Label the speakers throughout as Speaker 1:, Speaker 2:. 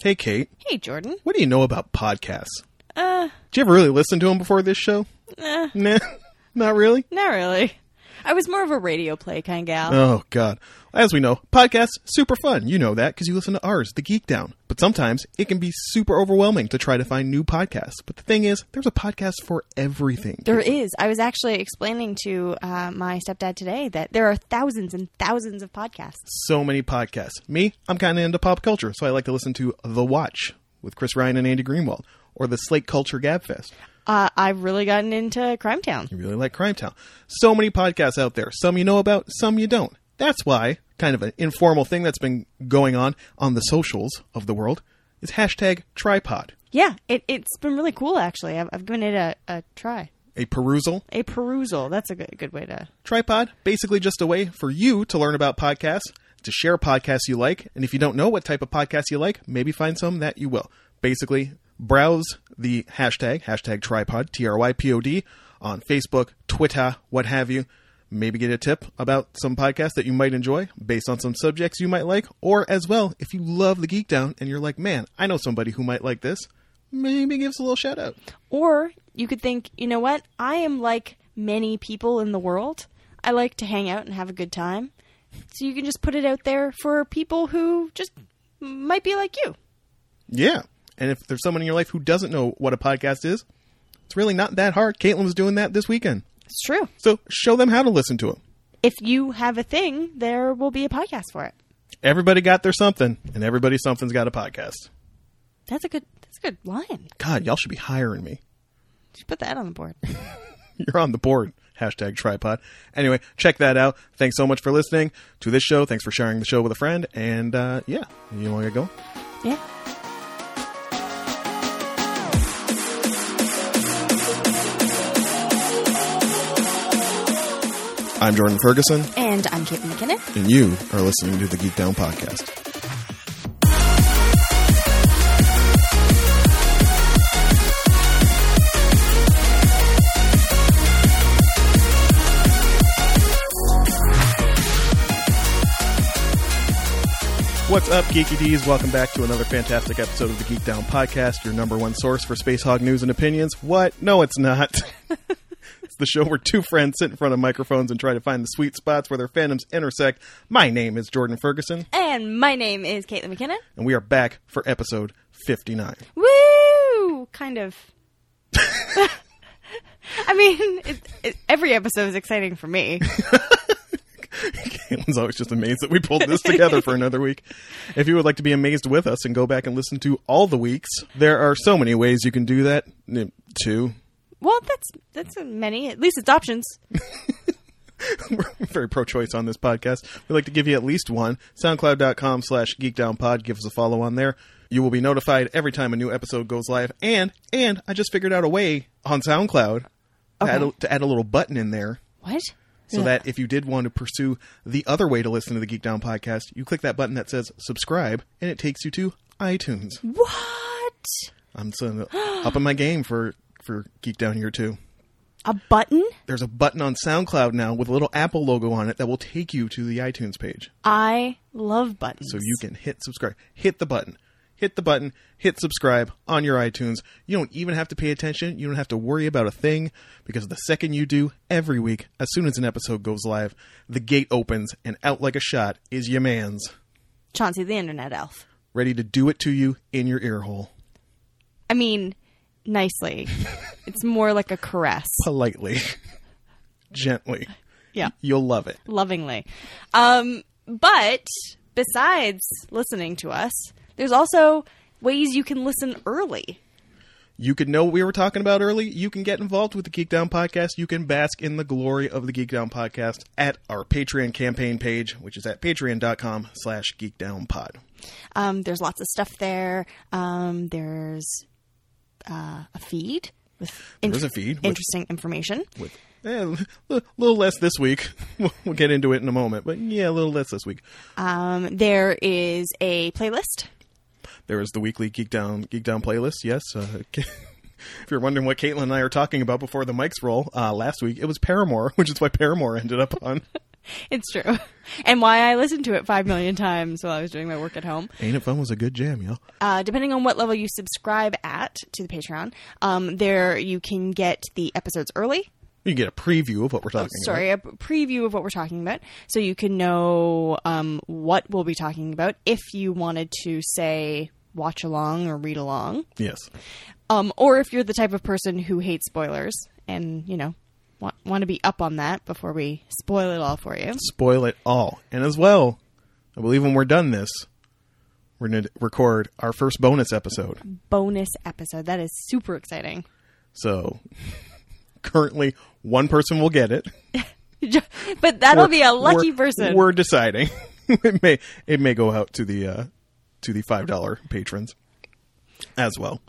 Speaker 1: Hey, Kate.
Speaker 2: Hey, Jordan.
Speaker 1: What do you know about podcasts?
Speaker 2: Uh,
Speaker 1: Did you ever really listen to them before this show?
Speaker 2: nah,
Speaker 1: Nah, not really.
Speaker 2: not really. I was more of a radio play kind of gal.
Speaker 1: Oh God! As we know, podcasts super fun. You know that because you listen to ours, The Geek Down. But sometimes it can be super overwhelming to try to find new podcasts. But the thing is, there's a podcast for everything.
Speaker 2: There is. I was actually explaining to uh, my stepdad today that there are thousands and thousands of podcasts.
Speaker 1: so many podcasts. Me, I'm kind of into pop culture, so I like to listen to The Watch with Chris Ryan and Andy Greenwald, or the Slate Culture Gabfest.
Speaker 2: Uh, I've really gotten into Crime Town.
Speaker 1: You really like Crime Town. So many podcasts out there. Some you know about, some you don't. That's why, kind of an informal thing that's been going on on the socials of the world is hashtag tripod,
Speaker 2: Yeah, it, it's been really cool, actually. I've, I've given it a, a try.
Speaker 1: a perusal.
Speaker 2: A perusal. That's a good, good way to.
Speaker 1: Tripod, basically just a way for you to learn about podcasts, to share podcasts you like, and if you don't know what type of podcasts you like, maybe find some that you will. Basically, browse the hashtag, hashtag tripod, T R Y P O D, on Facebook, Twitter, what have you. Maybe get a tip about some podcasts that you might enjoy based on some subjects you might like, or as well, if you love the Geek Down and you're like, man, I know somebody who might like this, maybe give us a little shout out.
Speaker 2: Or you could think, you know what? I am like many people in the world. I like to hang out and have a good time. So you can just put it out there for people who just might be like you.
Speaker 1: Yeah. And if there's someone in your life who doesn't know what a podcast is, it's really not that hard. Caitlin was doing that this weekend.
Speaker 2: It's true.
Speaker 1: So show them how to listen to it.
Speaker 2: If you have a thing, there will be a podcast for it.
Speaker 1: Everybody got their something, and everybody something's got a podcast.
Speaker 2: That's a good. That's a good line.
Speaker 1: God, y'all should be hiring me.
Speaker 2: Just put that on the board.
Speaker 1: You're on the board. Hashtag tripod. Anyway, check that out. Thanks so much for listening to this show. Thanks for sharing the show with a friend. And uh, yeah, you want to go?
Speaker 2: yeah.
Speaker 1: I'm Jordan Ferguson,
Speaker 2: And I'm Kate McKinnon.
Speaker 1: and you are listening to the Geek Down Podcast. What's up, Geeky D's? Welcome back to another fantastic episode of the Geek Down Podcast, your number one source for space hog news and opinions. What? No, it's not. it's the show where two friends sit in front of microphones and try to find the sweet spots where their fandoms intersect. My name is Jordan Ferguson,
Speaker 2: And my name is Caitlin McKinnon.
Speaker 1: and we are back for episode 59.
Speaker 2: Woo! Kind of. I mean, it, it, every episode is exciting for me.
Speaker 1: Caitlin's always just amazed that we pulled this together for another week. If you would like to be amazed with us and go back and listen to all the weeks, there are so many ways you can do that. Mm, Two.
Speaker 2: Well, that's that's a many. At least it's options.
Speaker 1: we're very pro-choice on this podcast. We'd like to give you at least one. SoundCloud.com slash geekdownpod. Give us a follow on there. You will be notified every time a new episode goes live. And and I just figured out a way on SoundCloud to, add a, to add a little button in there
Speaker 2: What?
Speaker 1: so that if you did want to pursue the other way to listen to the Geek Down podcast, you click that button that says subscribe and it takes you to iTunes.
Speaker 2: Mm-hmm. What?
Speaker 1: I'm so up in my game for for Geek Down here too.
Speaker 2: A button?
Speaker 1: There's a button on SoundCloud now with a little Apple logo on it that will take you to the iTunes page.
Speaker 2: I love buttons.
Speaker 1: So you can hit subscribe. Hit the button. Hit the button. Hit subscribe on your iTunes. You don't even have to pay attention. You don't have to worry about a thing because the second you do, every week, as soon as an episode goes live, the gate opens and out like a shot is your man's
Speaker 2: Chauncey the Internet Elf.
Speaker 1: ready to do it to you in your ear hole
Speaker 2: I mean, nicely. it's more like a caress.
Speaker 1: politely, gently.
Speaker 2: Yeah.
Speaker 1: You'll love it.
Speaker 2: lovingly. Um, but besides listening to us, there's also ways you can listen early.
Speaker 1: You could know what we were talking about early. You can get involved with the Geek Down podcast. You can bask in the glory of the Geek Down podcast at our Patreon campaign page, which is at patreon.com slash geekdownpod.
Speaker 2: Um, there's lots of stuff there. Um, there's uh, a feed with in-
Speaker 1: There's a feed with,
Speaker 2: interesting information.
Speaker 1: with eh, a little less this week. We'll- we'll get into it in a moment, but yeah, a little less this week.
Speaker 2: Um, there is a playlist.
Speaker 1: There is the weekly Geek Down Geek Down playlist. Yes. Uh, If you're wondering what Caitlin and I are talking about before the mics roll, uh, last week it was Paramore, which is why Paramore ended up on.
Speaker 2: It's true. And why I listened to it five million times while I was doing my work at home.
Speaker 1: Ain't It Fun was a good jam, y'all.
Speaker 2: Uh, depending on what level you subscribe at to the Patreon, um, there you can get the episodes early.
Speaker 1: You get a preview of what we're talking about.
Speaker 2: Oh, Sorry, a preview of what we're talking about, so you can know um, what we'll be talking about if you wanted to say watch along or read along,
Speaker 1: Yes.
Speaker 2: um, or if you're the type of person who hates spoilers and you know want, want to be up on that before we spoil it all for you.
Speaker 1: Spoil it all. And as well, I believe when we're done this, we're going to record our first bonus episode.
Speaker 2: Bonus episode that is super exciting.
Speaker 1: So currently, one person will get it.
Speaker 2: but that'll
Speaker 1: We're-
Speaker 2: be a lucky
Speaker 1: we're-
Speaker 2: person.
Speaker 1: We're deciding. it may it may go out to the uh, to the five dollar patrons as well.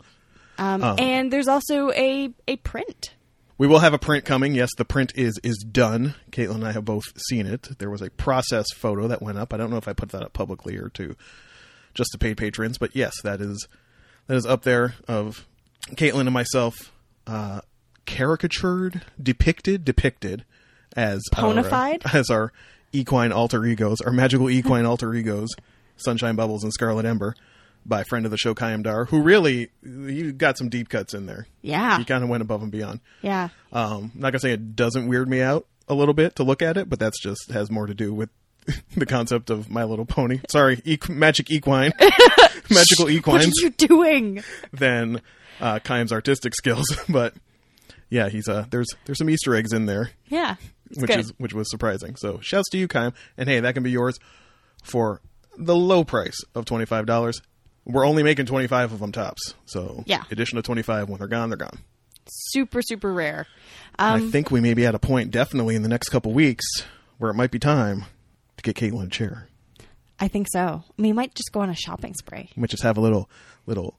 Speaker 2: Um, and there's also a a print.
Speaker 1: We will have a print coming. Yes, the print is is done. Caitlin and I have both seen it. There was a process photo that went up. I don't know if I put that up publicly or to just to paid patrons, but yes, that is that is up there of Caitlin and myself uh, caricatured, depicted, depicted as our, uh,
Speaker 2: Ponified?
Speaker 1: as our equine alter egos, our magical equine alter egos, Sunshine Bubbles and Scarlet Ember. By friend of the show Kayam Dar, who really you got some deep cuts in there.
Speaker 2: Yeah.
Speaker 1: he kind of went above and beyond.
Speaker 2: Yeah.
Speaker 1: Um, I'm not gonna say it doesn't weird me out a little bit to look at it, but that's just has more to do with the concept of My Little Pony. Sorry, equ- magic equine, magical
Speaker 2: What are
Speaker 1: equines
Speaker 2: you doing?
Speaker 1: than uh, Kaim's artistic skills. but yeah, he's uh, there's there's some Easter eggs in there,
Speaker 2: Yeah. It's
Speaker 1: which
Speaker 2: good.
Speaker 1: is which was surprising. So shouts to you, Kaim, and hey, that can be yours for the low price of twenty five dollars. We're only making twenty five of them tops, so
Speaker 2: Yeah.
Speaker 1: addition of twenty five when they're gone, they're gone.
Speaker 2: super super rare.
Speaker 1: I
Speaker 2: Um,
Speaker 1: think we may be at a point, definitely in the next couple weeks, where it might be time to get Caitlin a chair.
Speaker 2: I think so. We might just go on a shopping spree.
Speaker 1: We might just have a little, little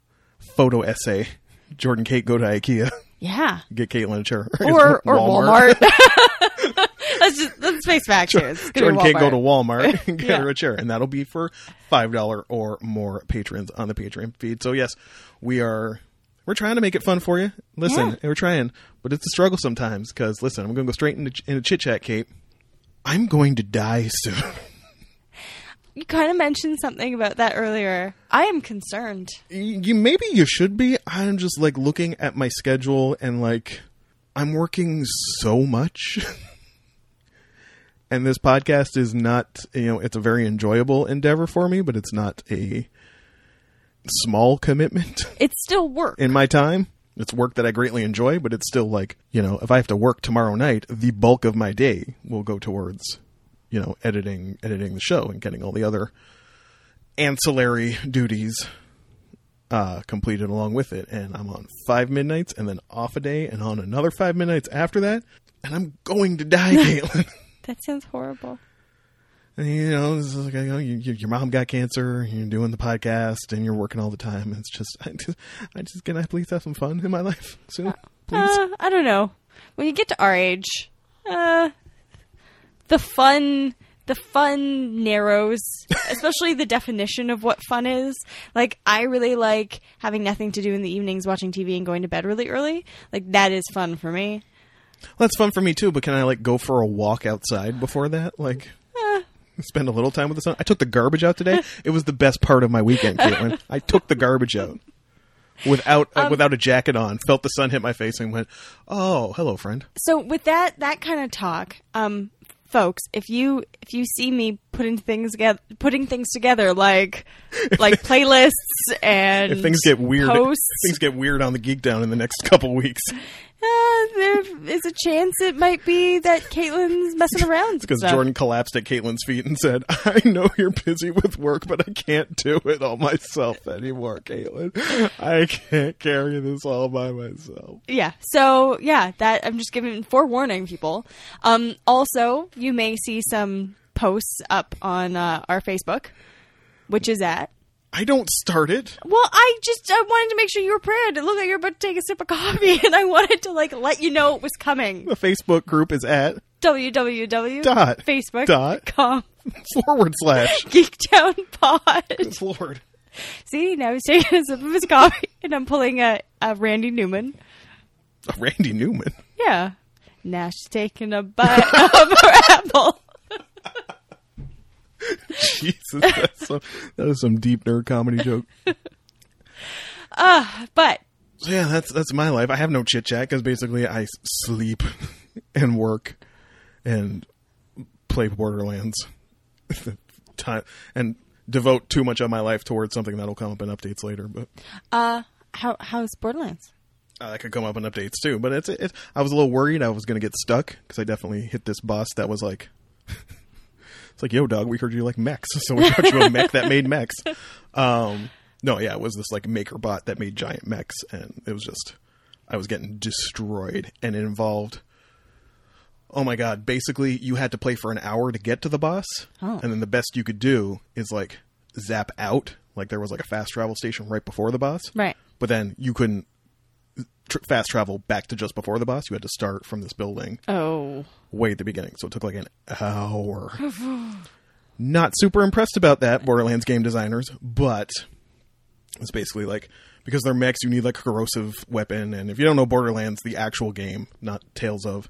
Speaker 1: photo essay. Jordan, Kate, go to IKEA.
Speaker 2: Yeah.
Speaker 1: Get Caitlin a chair,
Speaker 2: Or or Walmart. let's just let's face facts here. It's gonna be
Speaker 1: Jordan, Kate, go
Speaker 2: Walmart.
Speaker 1: to Walmart and get
Speaker 2: Yeah.
Speaker 1: her a chair, and that'll be for five dollar or more patrons on the Patreon feed. So yes, we are. We're trying to make it fun for you. Listen,
Speaker 2: Yeah.
Speaker 1: we're trying, but it's a struggle sometimes. Because listen, I'm going to go straight into, into chit chat, Kate. I'm going to die soon.
Speaker 2: you kind of mentioned something about that earlier. I am concerned.
Speaker 1: you maybe you should be i'm just like looking at my schedule and like i'm working so much and this podcast is not you know it's a very enjoyable endeavor for me but it's not a small commitment
Speaker 2: It's still work.
Speaker 1: in my time it's work that i greatly enjoy but it's still like you know if i have to work tomorrow night the bulk of my day will go towards you know editing editing the show and getting all the other ancillary duties uh, completed along with it. And I'm on five midnights and then off a day and on another five midnights after that. And I'm going to die, Caitlin.
Speaker 2: that sounds horrible.
Speaker 1: And, you know, this is like, you know you, you- your mom got cancer, you're doing the podcast, and you're working all the time. It's just, I just, I just, can I please have some fun in my life soon? Please.
Speaker 2: Uh, I don't know. When you get to our age, uh, the fun the fun narrows, especially the definition of what fun is. Like I really like having nothing to do in the evenings, watching TV and going to bed really early. Like that is fun for me.
Speaker 1: Well, that's fun for me too, but can I, like, go for a walk outside before that? Like,
Speaker 2: Uh.
Speaker 1: spend a little time with the sun? I took the garbage out today. it was the best part of my weekend, Caitlin. I took the garbage out. Without uh,
Speaker 2: Um,
Speaker 1: without a jacket on, felt the sun hit my face and went, "Oh, hello, friend."
Speaker 2: So with that that kind of talk, um, folks, if you if you see me putting things together, putting things together like like playlists and
Speaker 1: If things get weird,
Speaker 2: posts,
Speaker 1: if things get weird on the Geek Down in the next couple weeks
Speaker 2: Uh, there is a chance it might be that Caitlin's messing around.
Speaker 1: because
Speaker 2: stuff.
Speaker 1: Jordan collapsed at Caitlin's feet and said, "I know you're busy with work, but I can't do it all myself anymore, Caitlin. I can't carry this all by myself."
Speaker 2: Yeah. So yeah, that I'm just giving forewarning people. Um, also, you may see some posts up on uh, our Facebook, which is at.
Speaker 1: I don't start it.
Speaker 2: Well, I just I wanted to make sure you were prepared. It looked like you were about to take a sip of coffee, and I wanted to like let you know it was coming.
Speaker 1: The Facebook group is at Dot. Dot.
Speaker 2: www.facebook.com
Speaker 1: forward slash
Speaker 2: Geektown Pod.
Speaker 1: Lord.
Speaker 2: See, now he's taking a sip of his coffee, and I'm pulling a, a Randy Newman.
Speaker 1: Randy Newman.
Speaker 2: Yeah. Now she's taking a bite of her apple.
Speaker 1: Jesus, that's some, that is some deep nerd comedy joke.
Speaker 2: But
Speaker 1: So yeah, that's that's my life. I have no chit chat because basically I s- sleep and work and play Borderlands time and devote too much of my life towards something that'll come up in updates later. But
Speaker 2: uh, how how's Borderlands?
Speaker 1: uh, that could come up in updates too. But it's it. I was a little worried I was going to get stuck because I definitely hit this boss that was like. It's like, yo, dog, we heard you like mechs, so we got you a mech that made mechs. Um, no, yeah, it was this like maker bot that made giant mechs, and it was just, I was getting destroyed, and it involved, oh my god, basically you had to play for an hour to get to the boss,
Speaker 2: Oh.
Speaker 1: and then the best you could do is like zap out, like there was like a fast travel station right before the boss,
Speaker 2: Right.
Speaker 1: But then you couldn't tr- fast travel back to just before the boss. You had to start from this building
Speaker 2: Oh,
Speaker 1: way at the beginning. So it took like an hour. Not super impressed about that, Borderlands game designers, but it's basically like because they're mechs, you need like a corrosive weapon. And if you don't know Borderlands, the actual game, not Tales of,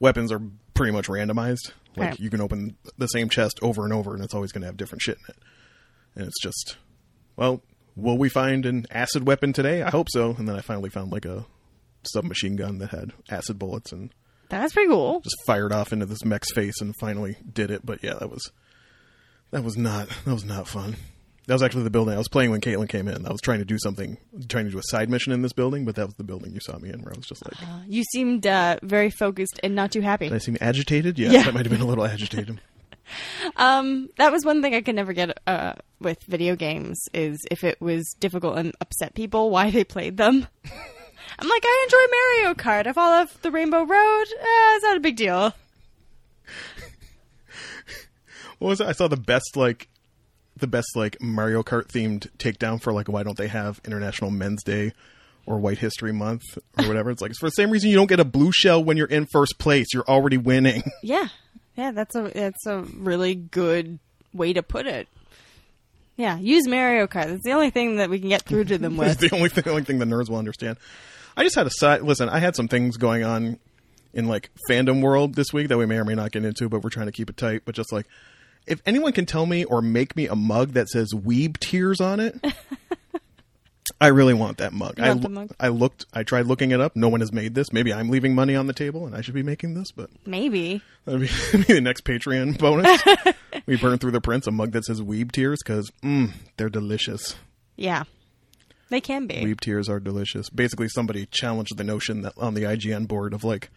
Speaker 1: weapons are pretty much randomized. Like
Speaker 2: Right.
Speaker 1: you can open the same chest over and over, and it's always going to have different shit in it. And it's just, well, will we find an acid weapon today? I hope so. And then I finally found like a submachine gun that had acid bullets and
Speaker 2: that's pretty cool.
Speaker 1: just fired off into this mech's face and finally did it. But yeah, that was that was not that was not fun. That was actually the building I was playing when Caitlin came in. I was trying to do something, trying to do a side mission in this building, but that was the building you saw me in, where I was just like,
Speaker 2: Uh, you seemed uh, very focused and not too happy.
Speaker 1: did I seem agitated? Yeah,
Speaker 2: Yeah.
Speaker 1: that might have been a little agitated.
Speaker 2: Um, that was one thing I could never get uh, with video games is if it was difficult and upset people why they played them. I'm like, I enjoy Mario Kart. I fall off the Rainbow Road. Uh, it's not a big deal.
Speaker 1: What was it? I saw the best like the best like Mario Kart themed takedown for like why don't they have International Men's Day or White History Month or whatever. it's like it's for the same reason you don't get a blue shell when you're in first place. You're already winning.
Speaker 2: Yeah, yeah, that's a that's a really good way to put it. Yeah, use Mario Kart. That's the only thing that we can get through to them
Speaker 1: That's
Speaker 2: with.
Speaker 1: the only thing, only thing the nerds will understand. I just had a side. Listen, I had some things going on in like fandom world this week that we may or may not get into, but we're trying to keep it tight. But just like, if anyone can tell me or make me a mug that says "Weeb Tears" on it, I really want that mug.
Speaker 2: You
Speaker 1: I
Speaker 2: want the
Speaker 1: loo-
Speaker 2: mug?
Speaker 1: I looked. I tried looking it up. No one has made this. Maybe I'm leaving money on the table, and I should be making this. But
Speaker 2: Maybe.
Speaker 1: that'd be, that'd be the next Patreon bonus. we burn through the prints a mug that says "Weeb Tears" because mm, they're delicious.
Speaker 2: Yeah, they can be.
Speaker 1: Weeb tears are delicious. Basically, somebody challenged the notion that on the IGN board of like,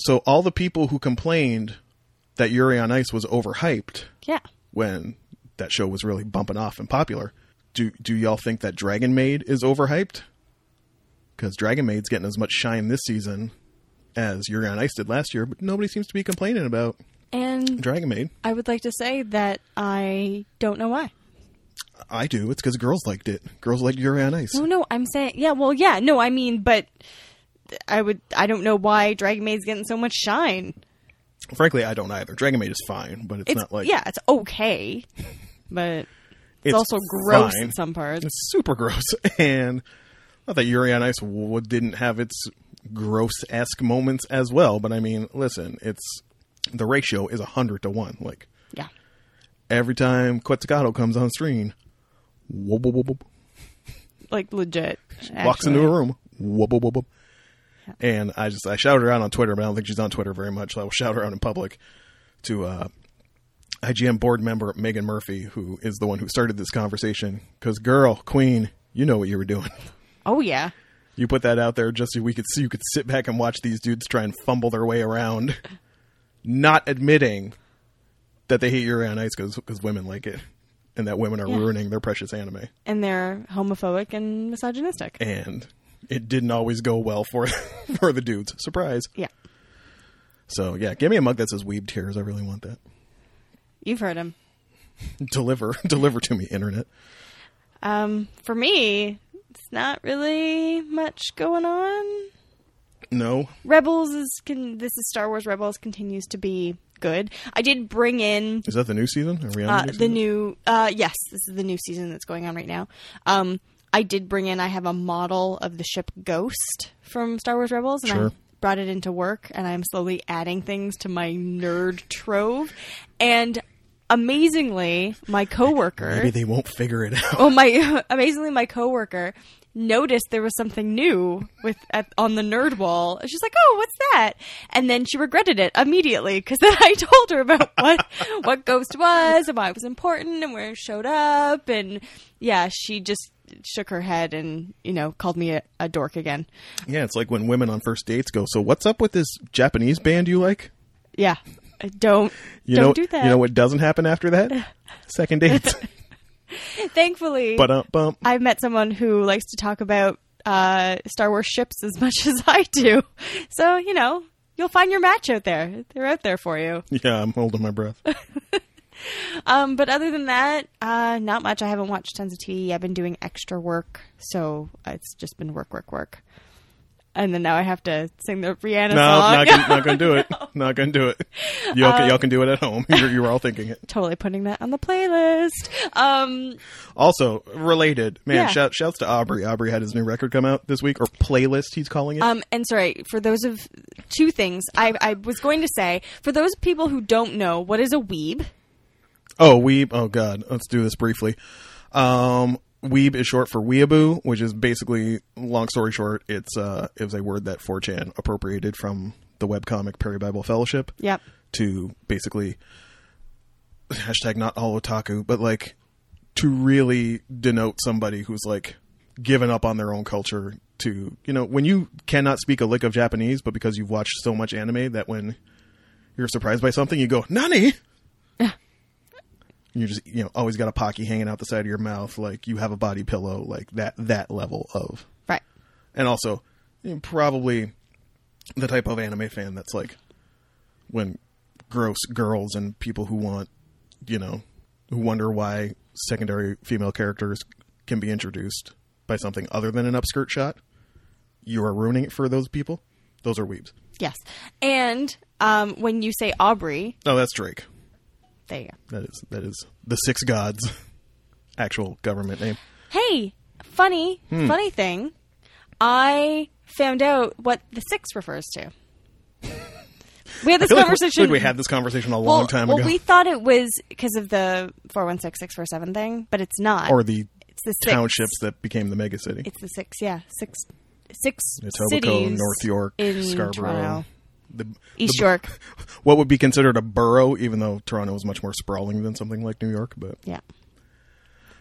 Speaker 1: so all the people who complained that Yuri on Ice was overhyped
Speaker 2: yeah.
Speaker 1: when that show was really bumping off and popular, do do y'all think that Dragon Maid is overhyped? Because Dragon Maid's getting as much shine this season as Yuri on Ice did last year, but nobody seems to be complaining about
Speaker 2: And
Speaker 1: Dragon Maid.
Speaker 2: I would like to say that I don't know why.
Speaker 1: I do. It's because girls liked it. Girls liked Yuri on Ice.
Speaker 2: Oh, No, no, I'm saying, yeah, well, yeah, no, I mean, but I would, I don't know why Dragon Maid's getting so much shine.
Speaker 1: Frankly, I don't either. Dragon Maid is fine, but it's,
Speaker 2: It's
Speaker 1: not like
Speaker 2: yeah, it's okay, but it's,
Speaker 1: It's
Speaker 2: also gross
Speaker 1: fine.
Speaker 2: in some parts.
Speaker 1: It's super gross. And not that Yuri on Ice w- didn't have its gross esque moments as well, but I mean, listen, it's the ratio is hundred to one. Like
Speaker 2: Yeah,
Speaker 1: every time Quetzalcoatl comes on screen, whoop, whoop, whoop, whoop,
Speaker 2: like legit.
Speaker 1: walks
Speaker 2: actually.
Speaker 1: into a room, whoop, whoop, whoop, whoop. and I just I shouted her out on Twitter, but I don't think she's on Twitter very much. So I will shout her out in public to uh, IGM board member Megan Murphy, who is the one who started this conversation. Because girl, queen, you know what you were doing.
Speaker 2: Oh yeah,
Speaker 1: You put that out there just so we could see you could sit back and watch these dudes try and fumble their way around, not admitting that they hate Yuri on Ice because women like it, and that women are
Speaker 2: Yeah.
Speaker 1: ruining their precious anime.
Speaker 2: and they're homophobic and misogynistic.
Speaker 1: And it didn't always go well for for the dudes. Surprise.
Speaker 2: yeah,
Speaker 1: So yeah, give me a mug that says "Weeb Tears." I really want that.
Speaker 2: you've heard him.
Speaker 1: Deliver, deliver to me, internet.
Speaker 2: Um, for me, it's not really much going on.
Speaker 1: No,
Speaker 2: Rebels is can this is Star Wars Rebels continues to be good. I did bring in
Speaker 1: is that the new season? Are we on
Speaker 2: uh,
Speaker 1: the new?
Speaker 2: the
Speaker 1: season?
Speaker 2: new uh yes this is the new season that's going on right now um i did bring in i have a model of the ship ghost from star wars rebels and
Speaker 1: Sure.
Speaker 2: i brought it into work and i'm slowly adding things to my nerd trove and amazingly, my coworker.
Speaker 1: Maybe they won't figure it out.
Speaker 2: Oh my! Amazingly, my coworker noticed there was something new with at, on the nerd wall. She's like, "Oh, what's that?" And then she regretted it immediately because then I told her about what what Ghost was and why it was important and where it showed up. And yeah, she just shook her head and you know called me a, a dork again.
Speaker 1: Yeah, it's like when women on first dates go, "So what's up with this Japanese band you like?"
Speaker 2: Yeah, don't
Speaker 1: You
Speaker 2: don't
Speaker 1: know,
Speaker 2: do that.
Speaker 1: You know what doesn't happen after that? Second dates.
Speaker 2: Thankfully,
Speaker 1: but um, bump.
Speaker 2: I've met someone who likes to talk about uh, Star Wars ships as much as I do. So, you know, you'll find your match out there. They're out there for you.
Speaker 1: Yeah, I'm holding my breath.
Speaker 2: Um, but other than that, uh, not much. I haven't watched tons of TV. I've been doing extra work. So it's just been work, work, work. And then now I have to sing the Rihanna
Speaker 1: No,
Speaker 2: song.
Speaker 1: not gonna, not gonna do it. Not gonna do it. Y'all,
Speaker 2: Uh,
Speaker 1: can, y'all can do it at home. You're, you're all thinking it.
Speaker 2: totally putting that on the playlist. Um,
Speaker 1: Also related, man.
Speaker 2: Yeah.
Speaker 1: Shout, shouts to Aubrey. Aubrey had his new record come out this week, or playlist. He's calling it.
Speaker 2: Um, and sorry for those of two things I, I was going to say for those people who don't know what is a weeb.
Speaker 1: Oh, weeb. Oh, God. Let's do this briefly. Um, weeb is short for weeaboo, which is basically, long story short, it's uh, it was a word that 4chan appropriated from the webcomic Perry Bible Fellowship
Speaker 2: Yep.
Speaker 1: to basically hashtag not all otaku, but like to really denote somebody who's like given up on their own culture to you know when you cannot speak a lick of Japanese, but because you've watched so much anime that when you're surprised by something, you go nani. You just you know always got a pocky hanging out the side of your mouth, like you have a body pillow, like that that level of
Speaker 2: Right.
Speaker 1: and also you know, probably the type of anime fan that's like when gross girls and people who want you know who wonder why secondary female characters can be introduced by something other than an upskirt shot you are ruining it for those people those are weebs
Speaker 2: Yes. And um, when you say Aubrey,
Speaker 1: no Oh, that's drake
Speaker 2: there you go.
Speaker 1: that is that is the six gods actual government name
Speaker 2: Hey, funny,
Speaker 1: Hmm.
Speaker 2: funny thing. I found out what the six refers to. We had this
Speaker 1: I feel like we-
Speaker 2: conversation.
Speaker 1: like we had this conversation a
Speaker 2: well,
Speaker 1: long time
Speaker 2: well,
Speaker 1: ago
Speaker 2: we thought it was because of the four one six six four seven thing, but it's not.
Speaker 1: or the
Speaker 2: it's the six.
Speaker 1: townships that became the megacity
Speaker 2: It's the six. Yeah, six, six
Speaker 1: Etobicoke,
Speaker 2: cities.
Speaker 1: North York,
Speaker 2: in
Speaker 1: Scarborough,
Speaker 2: Toronto.
Speaker 1: The,
Speaker 2: East
Speaker 1: the-
Speaker 2: York.
Speaker 1: What would be considered a borough, even though Toronto is much more sprawling than something like New York. But
Speaker 2: Yeah.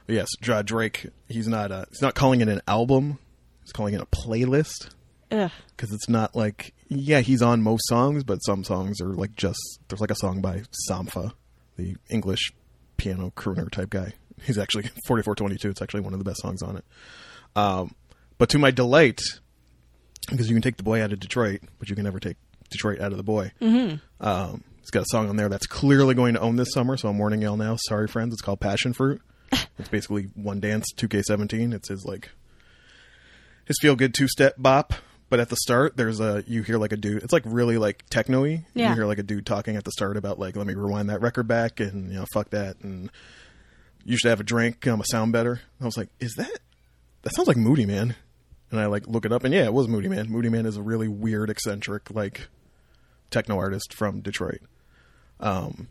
Speaker 1: yes, Ja Drake. He's not. Uh, he's not calling it an album. He's calling it a playlist
Speaker 2: Ugh.
Speaker 1: because it's not like yeah, he's on most songs, but some songs are like just there's like a song by Sampha, the English piano crooner type guy. He's actually 4422. It's actually one of the best songs on it. Um, but to my delight, because you can take the boy out of Detroit, but you can never take Detroit out of the boy. Mm-hmm. Um, it's got a song on there that's clearly going to own this summer, so I'm warning y'all now. Sorry, friends. It's called Passion Fruit. it's basically One Dance 2K17. It's his like his feel good two step bop. But at the start, there's a you hear like a dude. It's like really like techno-y.
Speaker 2: Yeah.
Speaker 1: You hear like a dude talking at the start about like, let me rewind that record back, and you know, fuck that, and you should have a drink. I'm a sound better. I was like, is that that sounds like Moody Man? And I like look it up, and yeah, it was Moody Man. Moody Man is a really weird, eccentric, like techno artist from Detroit. Um,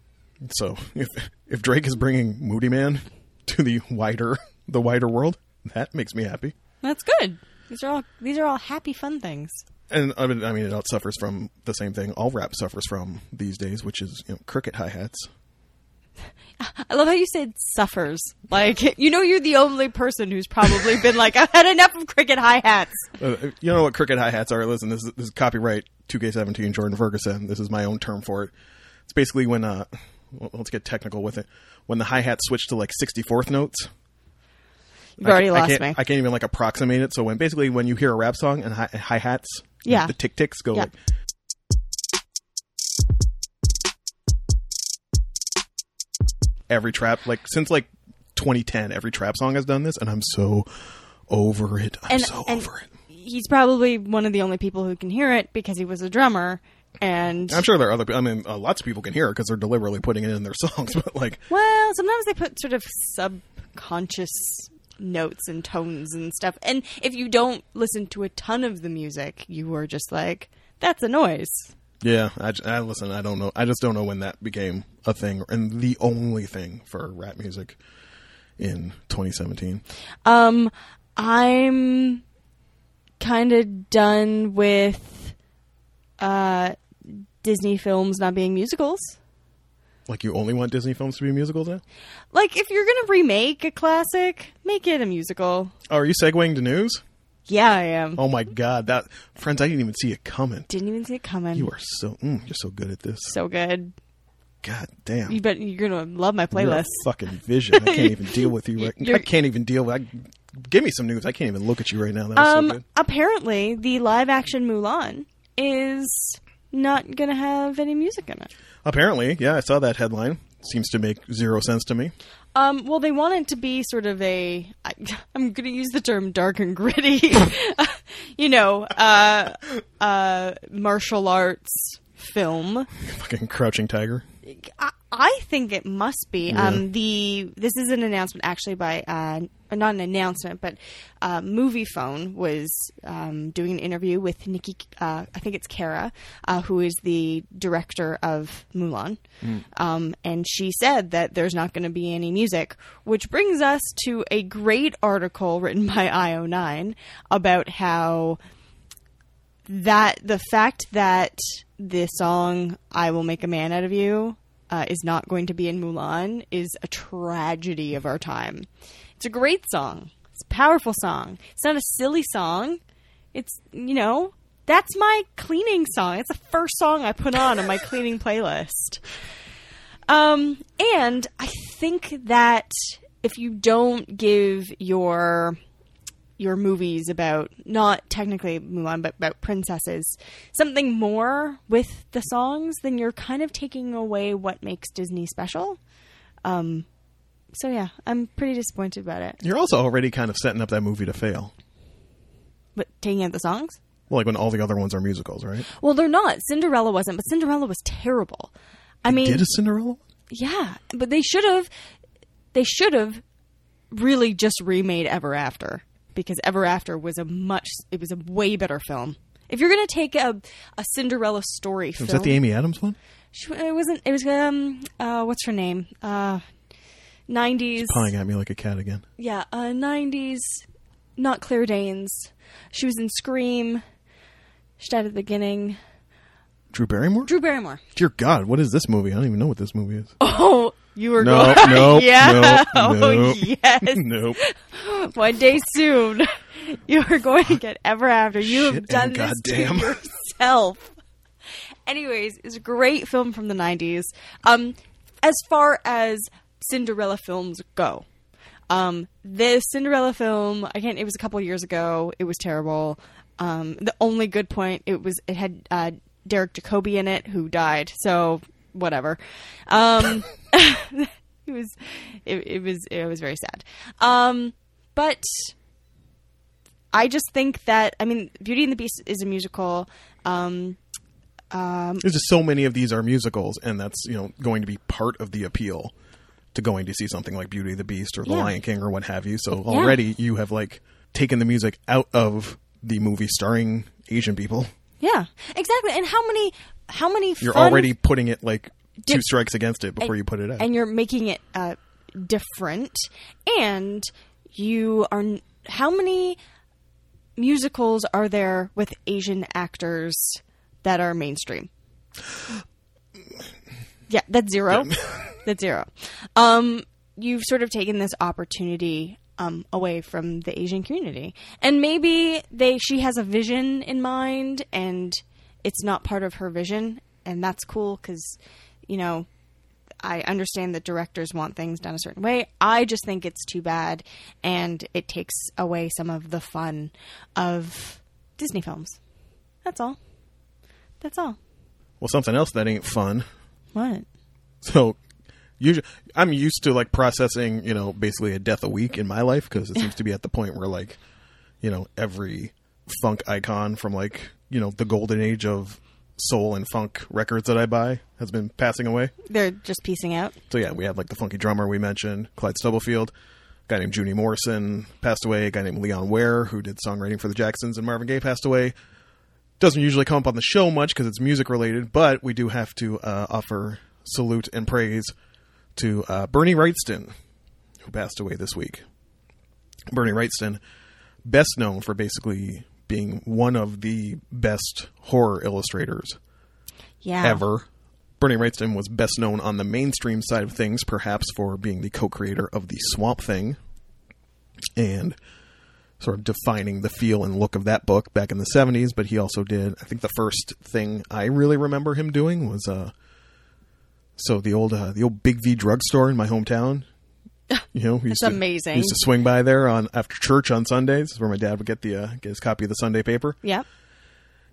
Speaker 1: so if if Drake is bringing Moody Man to the wider the wider world, that makes me happy.
Speaker 2: That's good. These are all these are all happy fun things.
Speaker 1: And I mean, I mean, it all suffers from the same thing all rap suffers from these days, which is you know, cricket hi hats.
Speaker 2: I love how you said suffers. Like you know you're the only person who's probably been like I've had enough of cricket hi-hats.
Speaker 1: Uh, you know what cricket hi hats are? Listen, this is, this is copyright 2K17 Jordan Ferguson. This is my own term for it. It's basically when uh, well, let's get technical with it. When the hi hat switched to like 64th notes.
Speaker 2: You've already
Speaker 1: I
Speaker 2: lost
Speaker 1: can't,
Speaker 2: me.
Speaker 1: I can't even like approximate it. So when basically when you hear a rap song and hi hats,
Speaker 2: Yeah.
Speaker 1: the tick ticks go
Speaker 2: Yeah.
Speaker 1: like. Every trap, like since like 2010, every trap song has done this, and I'm so over it. I'm
Speaker 2: And-
Speaker 1: so
Speaker 2: and-
Speaker 1: over it.
Speaker 2: He's probably one of the only people who can hear it because he was a drummer and
Speaker 1: I'm sure there are other. pe- I mean, uh, lots of people can hear it because they're deliberately putting it in their songs. But like,
Speaker 2: well, sometimes they put sort of subconscious notes and tones and stuff. And if you don't listen to a ton of the music, you are just like that's a noise.
Speaker 1: yeah, I, j- I- listen. I don't know. I just don't know when that became a thing and the only thing for rap music in 2017.
Speaker 2: Um, I'm kind of done with uh, Disney films not being musicals.
Speaker 1: Like you only want Disney films to be musicals now?
Speaker 2: Like, if you're gonna remake a classic, make it a musical.
Speaker 1: Oh, are you segueing to news?
Speaker 2: Yeah, I am.
Speaker 1: Oh my god, that friends, I didn't even see it coming.
Speaker 2: Didn't even see it coming.
Speaker 1: You are so mm, you're so good at this.
Speaker 2: so good.
Speaker 1: God damn.
Speaker 2: You bet you're gonna love my
Speaker 1: You're a
Speaker 2: playlist.
Speaker 1: fucking vision. I can't even deal with you. Right. I
Speaker 2: You're-
Speaker 1: can't even deal with. I, give me some news. I can't even look at you right now. That was
Speaker 2: Um,
Speaker 1: so good.
Speaker 2: apparently the live action Mulan is not gonna have any music in it.
Speaker 1: Apparently, yeah, I saw that headline. Seems to make zero sense to me.
Speaker 2: Um, well, they want it to be sort of a. I, I'm going to use the term dark and gritty. you know, uh, uh, martial arts film.
Speaker 1: Fucking crouching tiger.
Speaker 2: I, I think it must be. Um, the this is an announcement actually by uh, or not an announcement, but uh, Movie Phone was um, doing an interview with Nikki. Uh, I think it's Kara, uh, who is the director of Mulan, um, and she said that there's not going to be any music, which brings us to a great article written by IO9 about how that the fact that the song "I Will Make a Man Out of You" uh, is not going to be in Mulan is a tragedy of our time. It's a great song. It's a powerful song. It's not a silly song. It's you know that's my cleaning song. It's the first song I put on on my cleaning playlist. Um, and I think that if you don't give your your movies about not technically Mulan, but about princesses, something more with the songs, then you're kind of taking away what makes Disney special. Um, so yeah, I'm pretty disappointed about it.
Speaker 1: You're also already kind of setting up that movie to fail.
Speaker 2: But taking out the songs?
Speaker 1: Well, like when all the other ones are musicals, right?
Speaker 2: Well, they're not. Cinderella wasn't, but Cinderella was terrible. I mean,
Speaker 1: Did a Cinderella?
Speaker 2: yeah, but they should have. They should have really just remade Ever After because Ever After was a much. It was a way better film. If you're gonna take a a Cinderella story film,
Speaker 1: Was that the Amy Adams one?
Speaker 2: She, it wasn't. It was um. Uh, what's her name? Uh, nineties.
Speaker 1: Pawing at me like a cat again.
Speaker 2: Yeah. Uh, nineties. Not Claire Danes. She was in Scream. She died at the beginning.
Speaker 1: Drew Barrymore?
Speaker 2: Drew Barrymore.
Speaker 1: Dear God, what is this movie? I don't even know what this movie is.
Speaker 2: Oh, you were
Speaker 1: No,
Speaker 2: going.
Speaker 1: no,
Speaker 2: yeah.
Speaker 1: no, no.
Speaker 2: Oh, yes.
Speaker 1: nope.
Speaker 2: One day soon, you are going to get ever after. You
Speaker 1: Shit
Speaker 2: have done
Speaker 1: and
Speaker 2: this
Speaker 1: goddamn.
Speaker 2: to yourself. Anyways, it's a great film from the '90s. Um, as far as Cinderella films go, um, this Cinderella film, I can't. It was a couple years ago. It was terrible. Um, the only good point it was it had uh, Derek Jacobi in it, who died. So whatever. Um, it was it, it was it was very sad. Um, but I just think that I mean, Beauty and the Beast is a musical. Um,
Speaker 1: There's just so many of these are musicals, and that's you know going to be part of the appeal to going to see something like Beauty and the Beast or The
Speaker 2: Yeah.
Speaker 1: Lion King or what have you. So already you have like taken the music out of the movie starring Asian people.
Speaker 2: yeah, exactly. And how many how many
Speaker 1: You're
Speaker 2: fun-
Speaker 1: already putting it like two
Speaker 2: Di-
Speaker 1: strikes against it before you put it out.
Speaker 2: and you're making it uh, different, and you are n- how many musicals are there with Asian actors that are mainstream? Yeah, that's zero. that's zero. Um, you've sort of taken this opportunity um, away from the Asian community, and maybe they she has a vision in mind, and it's not part of her vision, and that's cool because you know I understand that directors want things done a certain way. I just think it's too bad, and it takes away some of the fun of Disney films. That's all. That's all.
Speaker 1: well, something else that ain't fun.
Speaker 2: What?
Speaker 1: So usually I'm used to like processing, you know, basically a death a week in my life because it seems to be at the point where like, you know, every funk icon from like, you know, the golden age of soul and funk records that I buy has been passing away.
Speaker 2: They're just piecing out.
Speaker 1: So yeah, we had like the funky drummer we mentioned, Clyde Stubblefield, a guy named Junie Morrison passed away, a guy named Leon Ware who did songwriting for the Jacksons and Marvin Gaye passed away. Doesn't usually come up on the show much because it's music related, but we do have to uh, offer salute and praise to uh, Bernie Wrightston, who passed away this week. Bernie Wrightston, best known for basically being one of the best horror illustrators
Speaker 2: Yeah.
Speaker 1: ever. Bernie Wrightston was best known on the mainstream side of things, perhaps for being the co creator of the Swamp Thing and sort of defining the feel and look of that book back in the 70s. But he also did, I think the first thing I really remember him doing was. Uh, so the old uh, the old Big V drugstore in my hometown, you know, we used to,
Speaker 2: amazing.
Speaker 1: Used to swing by there on after church on Sundays, where my dad would get the uh, get his copy of the Sunday paper
Speaker 2: Yep.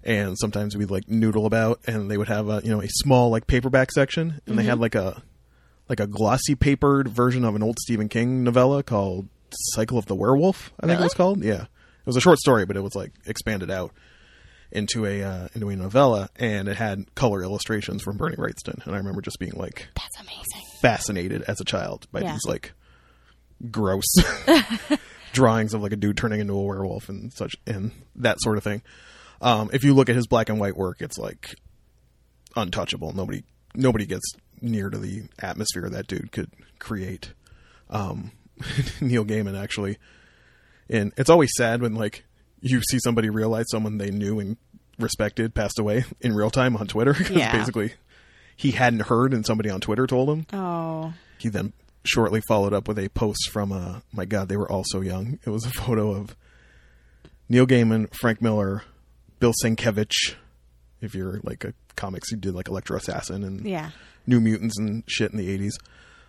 Speaker 1: and sometimes we'd like noodle about and they would have a you know a small like paperback section and they had like a like a glossy papered version of an old Stephen King novella called Cycle of the Werewolf I think it was called yeah it was a short story but it was like expanded out into a uh, into a novella and it had color illustrations from Bernie Wrightston and I remember just being like
Speaker 2: That's amazing.
Speaker 1: fascinated as a child by
Speaker 2: Yeah.
Speaker 1: these like gross drawings of like a dude turning into a werewolf and such and that sort of thing. Um, if you look at his black and white work, it's like untouchable. Nobody nobody gets near to the atmosphere that dude could create. Um, Neil Gaiman actually, and it's always sad when like you see somebody realize someone they knew and respected passed away in real time on Twitter 'cause
Speaker 2: Yeah.
Speaker 1: basically he hadn't heard and somebody on Twitter told him.
Speaker 2: Oh.
Speaker 1: He then shortly followed up with a post from uh my god, they were all so young. It was a photo of Neil Gaiman, Frank Miller, Bill Sienkiewicz, if you're like a comics who did like Electro Assassin and
Speaker 2: Yeah.
Speaker 1: New Mutants and shit in the eighties.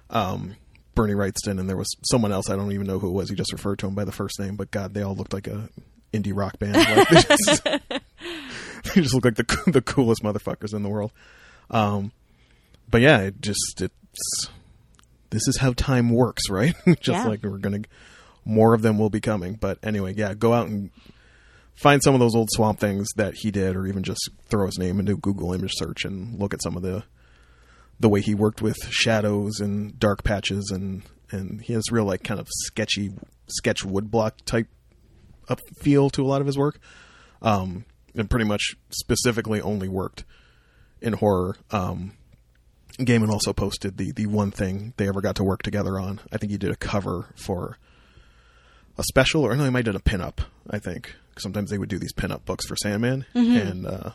Speaker 1: Um Bernie Wrightston and there was someone else I don't even know who it was. He just referred to him by the first name, but God, they all looked like a indie rock band. Like, they, just, they just look like the coo- the coolest motherfuckers in the world. Um, but yeah, it just it's this is how time works, right? just
Speaker 2: Yeah.
Speaker 1: like we're gonna more of them will be coming. But anyway, yeah, go out and find some of those old swamp things that he did, or even just throw his name into Google image search and look at some of the the way he worked with shadows and dark patches and and he has real like kind of sketchy sketch woodblock type up feel to a lot of his work um and pretty much specifically only worked in horror um Gaiman also posted the the one thing they ever got to work together on. I think he did a cover for a special, or no, he might have done a pinup. I think sometimes they would do these pinup books for Sandman, and uh,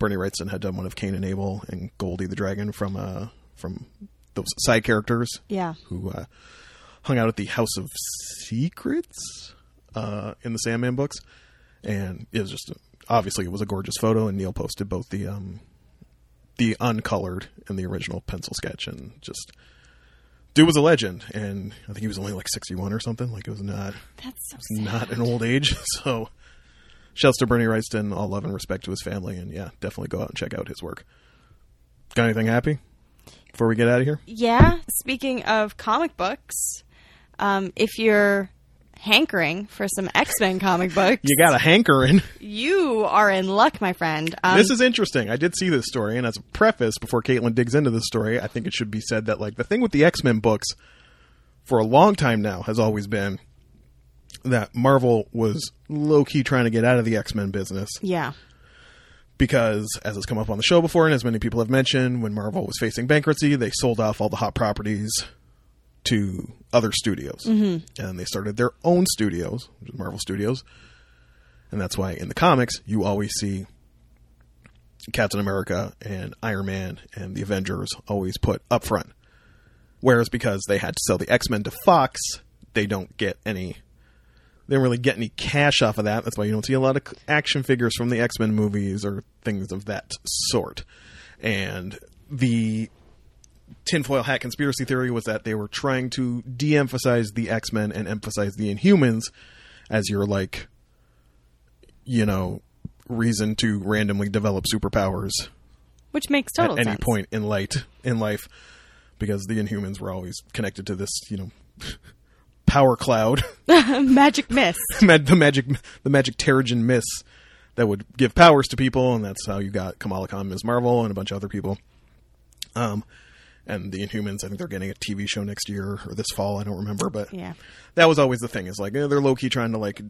Speaker 1: Bernie Wrightson had done one of Cain and Abel and Goldie the Dragon from uh, from those side characters
Speaker 2: Yeah.
Speaker 1: who uh, hung out at the House of Secrets uh, in the Sandman books, and it was just obviously it was a gorgeous photo, and Neil posted both the um, the uncolored and the original pencil sketch, and just dude was a legend, and I think he was only like sixty one or something, like it was not
Speaker 2: That's so sad.
Speaker 1: not an old age, so. Shouts to Bernie Wrightston, all love and respect to his family, and yeah, definitely go out and check out his work. Got anything happy before we get out of here?
Speaker 2: Yeah. Speaking of comic books, um, if you're hankering for some X Men comic books,
Speaker 1: You got a hankering.
Speaker 2: you are in luck, my friend. Um,
Speaker 1: this is interesting. I did see this story, and as a preface, before Caitlin digs into this story, I think it should be said that like the thing with the X Men books for a long time now has always been that Marvel was low key trying to get out of the X Men business
Speaker 2: yeah.
Speaker 1: because, as has come up on the show before, and as many people have mentioned, when Marvel was facing bankruptcy, they sold off all the hot properties to other studios, and they started their own studios, which is Marvel Studios, and that's why in the comics you always see Captain America and Iron Man and the Avengers always put up front. Whereas because they had to sell the X Men to Fox, they don't get any. They don't really get any cash off of that. That's why you don't see a lot of c- action figures from the X Men movies or things of that sort. And the tinfoil hat conspiracy theory was that they were trying to de emphasize the X Men and emphasize the Inhumans as your, like, you know, reason to randomly develop superpowers
Speaker 2: Which makes total
Speaker 1: at any
Speaker 2: sense.
Speaker 1: point in light in life because the inhumans were always connected to this you know power cloud
Speaker 2: Magic Miss.
Speaker 1: Mag- the magic the magic terrigen mists that would give powers to people and that's how you got kamala khan ms marvel and a bunch of other people um and the inhumans i think they're getting a tv show next year or this fall i don't remember but
Speaker 2: Yeah.
Speaker 1: that was always the thing is like eh, they're low-key trying to like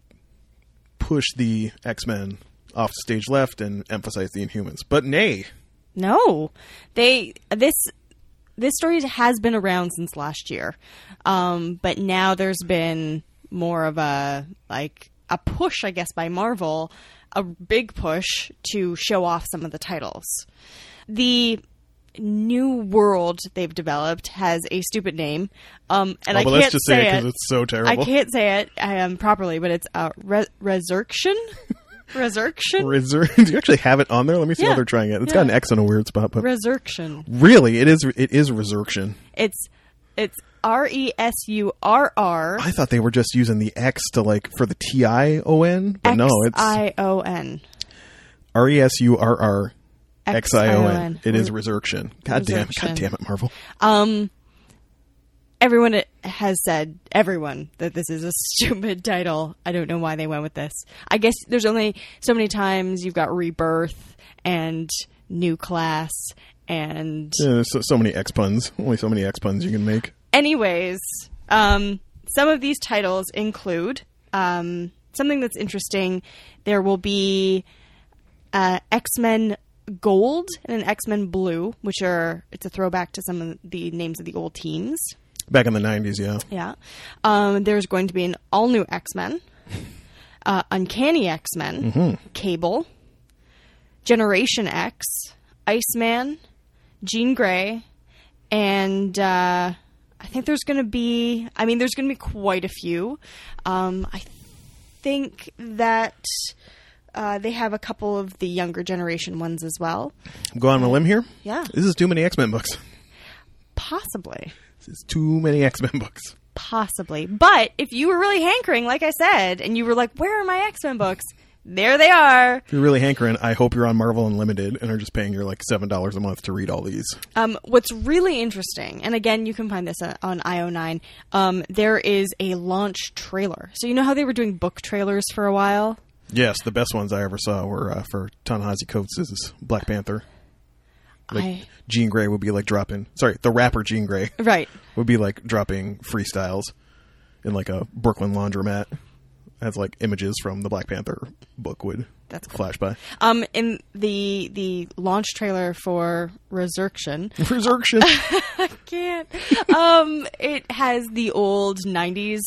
Speaker 1: push the x-men off stage left and emphasize the inhumans but nay
Speaker 2: No, they this this story has been around since last year, um, but now there's been more of a like a push, I guess, by Marvel, a big push to show off some of the titles. The new world they've developed has a stupid name, um, and I
Speaker 1: Oh, but
Speaker 2: can't
Speaker 1: let's just
Speaker 2: say,
Speaker 1: say it
Speaker 2: it.
Speaker 1: because it's so
Speaker 2: I
Speaker 1: terrible.
Speaker 2: can't say it um, properly, but it's uh, re- resurrection. Resurrection,
Speaker 1: Reser- Do you actually have it on there? Let me see how
Speaker 2: Yeah.
Speaker 1: they're trying it. It's got an
Speaker 2: Yeah.
Speaker 1: X in a weird spot, but
Speaker 2: resurrection.
Speaker 1: really, it is it is resurrection.
Speaker 2: It's it's R E S U R R
Speaker 1: I thought they were just using the X to like for the T I O N, but no, it's
Speaker 2: I O N.
Speaker 1: R E S U R R X I O N.
Speaker 2: X-I-O-N.
Speaker 1: It is resurrection. God damn,
Speaker 2: Resurrection.
Speaker 1: god damn it, Marvel.
Speaker 2: Um, everyone i- has said everyone that this is a stupid title. I don't know why they went with this. I guess there's only so many times you've got rebirth and new class and
Speaker 1: Yeah, there's Eh, so, so many X puns. Only so many X puns you can make.
Speaker 2: anyways, um, some of these titles include um, something that's interesting. There will be uh, X Men Gold and an X Men Blue, which are it's a throwback to some of the names of the old teams.
Speaker 1: Back in the '90s, yeah.
Speaker 2: Yeah, um, there's going to be an all new X Men, uh, Uncanny X Men, Cable, Generation X, Iceman, Jean Grey, and uh, I think there's going to be. I mean, there's going to be quite a few. Um, I think that uh, they have a couple of the younger generation ones as well.
Speaker 1: Go on a limb here.
Speaker 2: Yeah.
Speaker 1: this is too many X Men books.
Speaker 2: Possibly.
Speaker 1: This is too many X Men books.
Speaker 2: Possibly. But if you were really hankering, like I said, and you were like, where are my X Men books? There they are.
Speaker 1: If you're really hankering, I hope you're on Marvel Unlimited and are just paying your like seven dollars a month to read all these.
Speaker 2: Um, what's really interesting, and again, you can find this uh, on, on IO9, um, there is a launch trailer. So you know how they were doing book trailers for a while?
Speaker 1: Yes, the best ones I ever saw were uh, for Ta-Nehisi Coates' Black Panther. Like
Speaker 2: I-
Speaker 1: Jean Grey would be like dropping. Sorry, the rapper Jean Grey
Speaker 2: Right.
Speaker 1: would be like dropping freestyles in like a Brooklyn laundromat as like images from the Black Panther book would
Speaker 2: That's cool.
Speaker 1: flash by.
Speaker 2: Um, in the the launch trailer for Resurrection,
Speaker 1: Resurrection. Oh,
Speaker 2: can't. um, it has the old '90s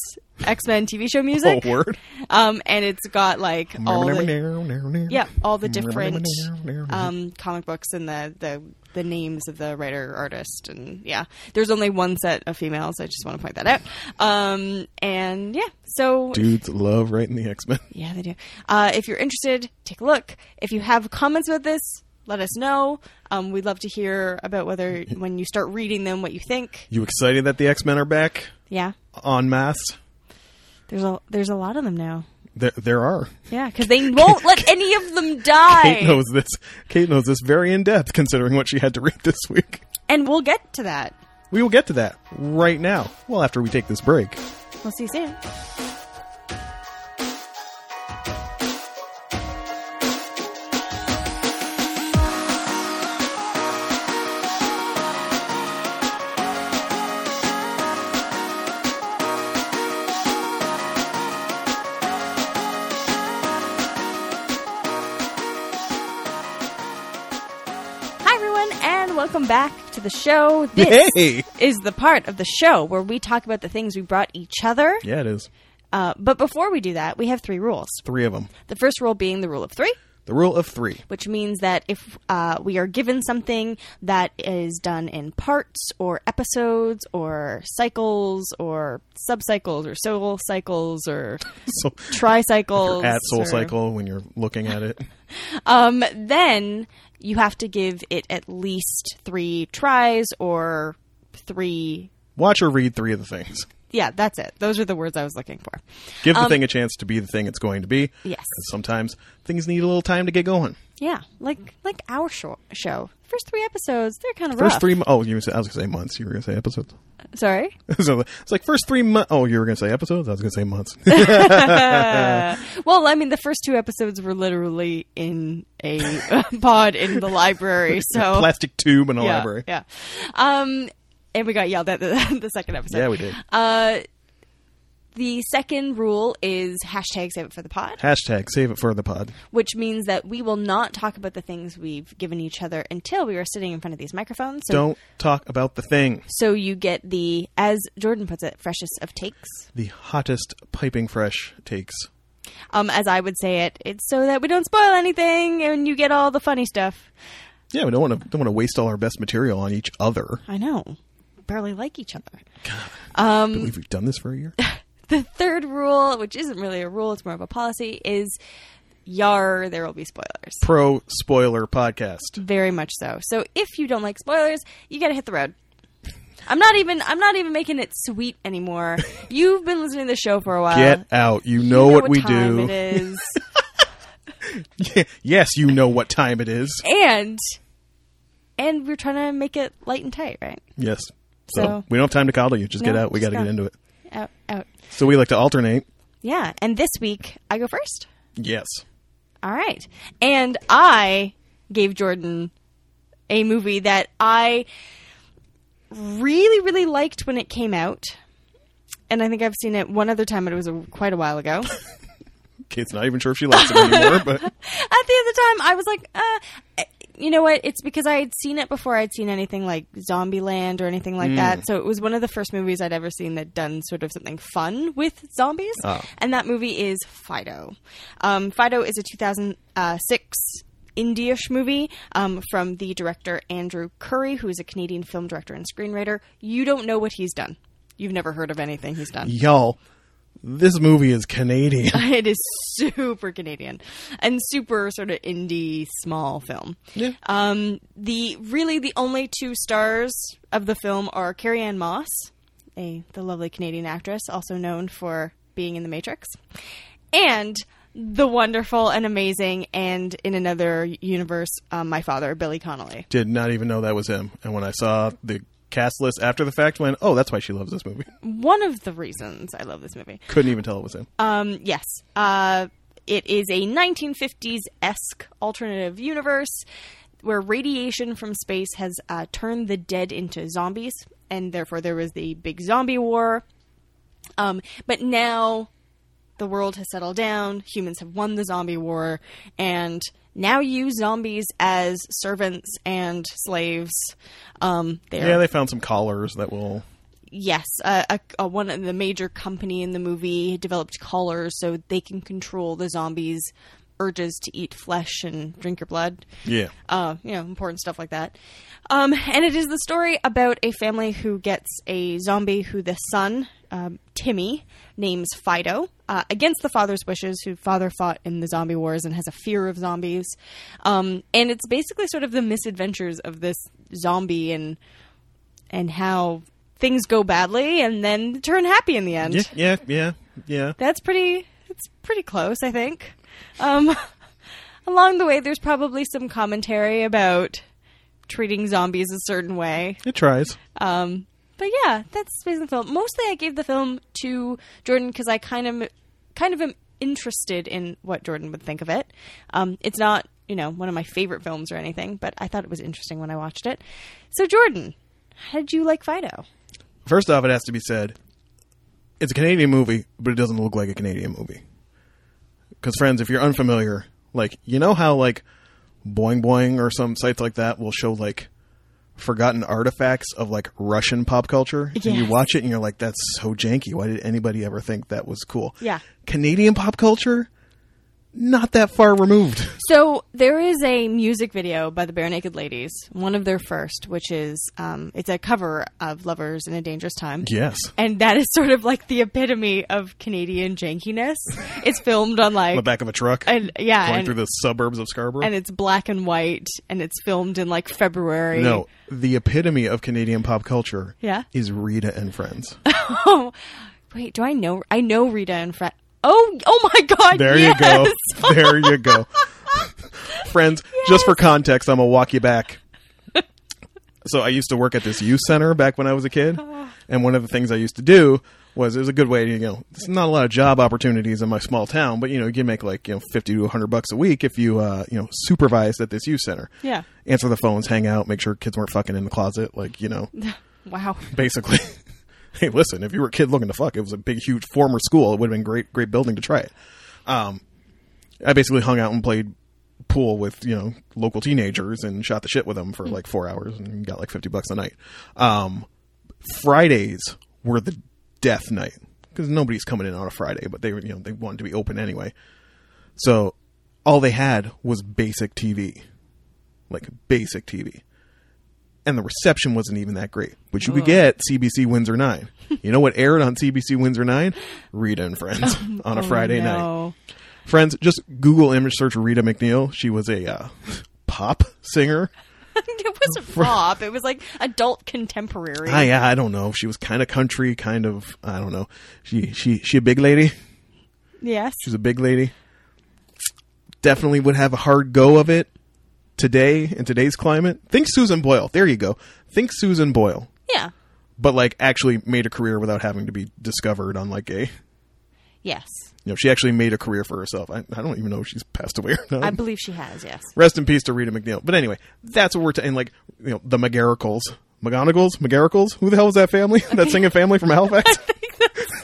Speaker 2: X Men TV show
Speaker 1: oh,
Speaker 2: music.
Speaker 1: word.
Speaker 2: Um, and it's got like all the Yeah, all the different um, comic books and the, the the names of the writer artist and yeah, there's only one set of females. I just want to point that out. Um, and yeah, so
Speaker 1: Dudes love writing the X Men.
Speaker 2: yeah, they do. Uh, if you're interested, take a look. If you have comments about this, let us know. Um, we'd love to hear about whether when you start reading them, what you think.
Speaker 1: You excited that the X Men are back
Speaker 2: Yeah,
Speaker 1: en masse?
Speaker 2: there's a there's a lot of them now.
Speaker 1: There, there are.
Speaker 2: Yeah, because they won't let any of them die.
Speaker 1: Kate knows this. Kate knows this very in depth, considering what she had to read this week.
Speaker 2: And we'll get to that.
Speaker 1: We will get to that right now. Well, after we take this break.
Speaker 2: We'll see you soon. Hi, everyone, and welcome back to the show. This
Speaker 1: Hey!
Speaker 2: is the part of the show where we talk about the things we brought each other.
Speaker 1: Yeah, it is.
Speaker 2: Uh, but before we do that, we have three rules.
Speaker 1: Three of them.
Speaker 2: The first rule being the rule of three,
Speaker 1: The rule of three.
Speaker 2: which means that if uh, we are given something that is done in parts or episodes or cycles or subcycles or soul cycles or
Speaker 1: So
Speaker 2: tricycles
Speaker 1: at Soul
Speaker 2: or-
Speaker 1: Cycle when you're looking at it.
Speaker 2: um, then you have to give it at least three tries or three.
Speaker 1: Watch or read three of the things.
Speaker 2: Yeah, that's it. Those are the words I was looking for.
Speaker 1: Give the thing a chance to be the thing it's going to be.
Speaker 2: Um, Yes.
Speaker 1: 'Cause Sometimes things need a little time to get going.
Speaker 2: Yeah, like like our show. show. First three episodes, they're kind of
Speaker 1: First
Speaker 2: rough.
Speaker 1: three. mo- Oh, you were gonna say, I was going to say months. You were going to say episodes.
Speaker 2: Sorry.
Speaker 1: so it's like first three months. Oh, you were going to say episodes. I was going to say months.
Speaker 2: Well, I mean, the first two episodes were literally in a pod in the library, so
Speaker 1: Plastic tube in a
Speaker 2: yeah,
Speaker 1: library.
Speaker 2: Yeah, um, and we got yelled at the, the second episode.
Speaker 1: Yeah, we did.
Speaker 2: Uh, The second rule is hashtag save it for the pod,
Speaker 1: Hashtag save it for the pod.
Speaker 2: which means that we will not talk about the things we've given each other until we are sitting in front of these microphones. So,
Speaker 1: Don't talk about the thing.
Speaker 2: so you get the, as Jordan puts it, freshest of takes.
Speaker 1: The hottest piping fresh takes.
Speaker 2: Um, as I would say it, it's so that we don't spoil anything and you get all the funny stuff.
Speaker 1: Yeah, we don't want to don't want to waste all our best material on each other.
Speaker 2: I know. Barely like each other. Um,
Speaker 1: But we've done this for a year.
Speaker 2: The third rule, which isn't really a rule, it's more of a policy, is yar, there will be spoilers.
Speaker 1: Pro spoiler podcast.
Speaker 2: Very much so. So if you don't like spoilers, you gotta hit the road. I'm not even I'm not even making it sweet anymore. You've been listening to the show for a while.
Speaker 1: Get out. You know,
Speaker 2: Uh, You
Speaker 1: what, we
Speaker 2: time
Speaker 1: do.
Speaker 2: It is.
Speaker 1: yes, you know what time it is.
Speaker 2: and and we're trying to make it light and tight, right?
Speaker 1: Yes. So,
Speaker 2: So-
Speaker 1: we don't have time to coddle you. Just get
Speaker 2: No,
Speaker 1: out. We got
Speaker 2: just
Speaker 1: to
Speaker 2: go.
Speaker 1: get into it.
Speaker 2: Out out.
Speaker 1: So we like to alternate.
Speaker 2: Yeah. And this week I go first.
Speaker 1: Yes.
Speaker 2: All right. And I gave Jordan a movie that I really, really liked when it came out. And I think I've seen it one other time, but it was a, quite a while ago.
Speaker 1: Kate's not even sure if she likes it anymore, but
Speaker 2: At the other time, I was like, uh, you know what? It's because I had seen it before I'd seen anything like Zombieland or anything like that. So it was one of the first movies I'd ever seen that done sort of something fun with zombies.
Speaker 1: Oh.
Speaker 2: And that movie is Fido. Um, Fido is a 2006 indie-ish movie um, from the director Andrew Curry, who is a Canadian film director and screenwriter. You don't know what he's done. You've never heard of anything he's done.
Speaker 1: y'all, this movie is Canadian.
Speaker 2: It is super Canadian and super sort of indie small film.
Speaker 1: Yeah.
Speaker 2: Um, the really the only two stars of the film are Carrie Ann Moss, a the lovely Canadian actress, also known for being in The Matrix, and the wonderful and amazing and in another universe, um, my father Billy Connolly.
Speaker 1: Did not even know that was him. And when I saw the cast list after the fact, went, oh, that's why she loves this movie.
Speaker 2: One of the reasons I love this movie.
Speaker 1: Couldn't even tell it was him.
Speaker 2: Um, yes. Uh, it is a 1950s esque alternative universe where radiation from space has uh, turned the dead into zombies, and therefore there was the big zombie war. Um, but now the world has settled down, humans have won the zombie war, and now use zombies as servants and slaves. Um, they are
Speaker 1: yeah, they found some collars that will.
Speaker 2: yes, a, a, a one of the major company in the movie developed collars so they can control the zombies' urges to eat flesh and drink your blood.
Speaker 1: Yeah.
Speaker 2: Uh, you know, important stuff like that. Um, and it is the story about a family who gets a zombie who the son, um, Timmy, names Fido uh, against the father's wishes, who father fought in the zombie wars and has a fear of zombies. Um, and it's basically sort of the misadventures of this zombie and and how things go badly and then turn happy in the end.
Speaker 1: Yeah, yeah, yeah, yeah.
Speaker 2: That's pretty. It's pretty close, I think. Um, along the way, there's probably some commentary about treating zombies a certain way.
Speaker 1: It tries.
Speaker 2: Um, but yeah, that's basically the film. Mostly, I gave the film to Jordan because I kind of, kind of am interested in what Jordan would think of it. Um, it's not, you know, one of my favorite films or anything, but I thought it was interesting when I watched it. So, Jordan, how did you like Fido?
Speaker 1: First off, it has to be said, it's a Canadian movie, but it doesn't look like a Canadian movie. Because friends, if you're unfamiliar, like you know how like Boing Boing or some sites like that will show like forgotten artifacts of like Russian pop culture, and you
Speaker 2: Yes.
Speaker 1: watch it and you're like, "That's so janky. Why did anybody ever think that was cool?"
Speaker 2: Yeah.
Speaker 1: Canadian pop culture, not that far removed.
Speaker 2: So there is a music video by the Bare Naked Ladies, one of their first, which is um, it's a cover of "Lovers in a Dangerous Time."
Speaker 1: yes,
Speaker 2: And that is sort of like the epitome of Canadian jankiness. It's filmed on like
Speaker 1: on the back of a truck
Speaker 2: and yeah,
Speaker 1: going
Speaker 2: and,
Speaker 1: through the suburbs of Scarborough.
Speaker 2: and it's black and white, and it's filmed in like February.
Speaker 1: No, the epitome of Canadian pop culture
Speaker 2: Yeah?
Speaker 1: is Rita and Friends.
Speaker 2: Oh, wait, do I know? I know Rita and Fred. Oh, oh my God!
Speaker 1: There
Speaker 2: yes!
Speaker 1: you go. There you go. Friends, just for context, I'm going to walk you back. So I used to work at this youth center back when I was a kid,
Speaker 2: Ah.
Speaker 1: and one of the things I used to do was it was a good way to you know there's not a lot of job opportunities in my small town, but you know you can make like you know fifty to hundred bucks a week if you uh, you know supervised at this youth center.
Speaker 2: Yeah.
Speaker 1: answer the phones, hang out, make sure kids weren't fucking in the closet, like you know
Speaker 2: Wow.
Speaker 1: basically. hey, listen, if you were a kid looking to fuck, it was a big, huge former school. It would have been great, great building to try it. Um, I basically hung out and played pool with you know local teenagers and shot the shit with them for like four hours and got like fifty bucks a night. Um, Fridays were the death night because nobody's coming in on a Friday, but they were you know they wanted to be open anyway. So all they had was basic TV, like basic TV. And the reception wasn't even that great, but you could get CBC Windsor 9. You know what aired on CBC Windsor 9? Rita and Friends on
Speaker 2: Oh,
Speaker 1: a Friday night. Friends, just Google image search Rita McNeil. She was a uh, pop singer.
Speaker 2: it wasn't pop. It was like adult contemporary.
Speaker 1: I I don't know. She was kind of country, kind of I don't know. She she she a big lady.
Speaker 2: yes.
Speaker 1: She's a big lady. Definitely would have a hard go of it today in today's climate. Think Susan Boyle. There you go. Think Susan Boyle.
Speaker 2: Yeah.
Speaker 1: But like actually made a career without having to be discovered on like a
Speaker 2: Yes.
Speaker 1: you know, she actually made a career for herself. I, I don't even know if she's passed away or not.
Speaker 2: I believe she has. Yes.
Speaker 1: Rest in peace to Rita McNeil. But anyway, that's what we're ta- and like you know the McGarricles, McGonagals, McGarricles. Who the hell was that family? That singing family from Halifax.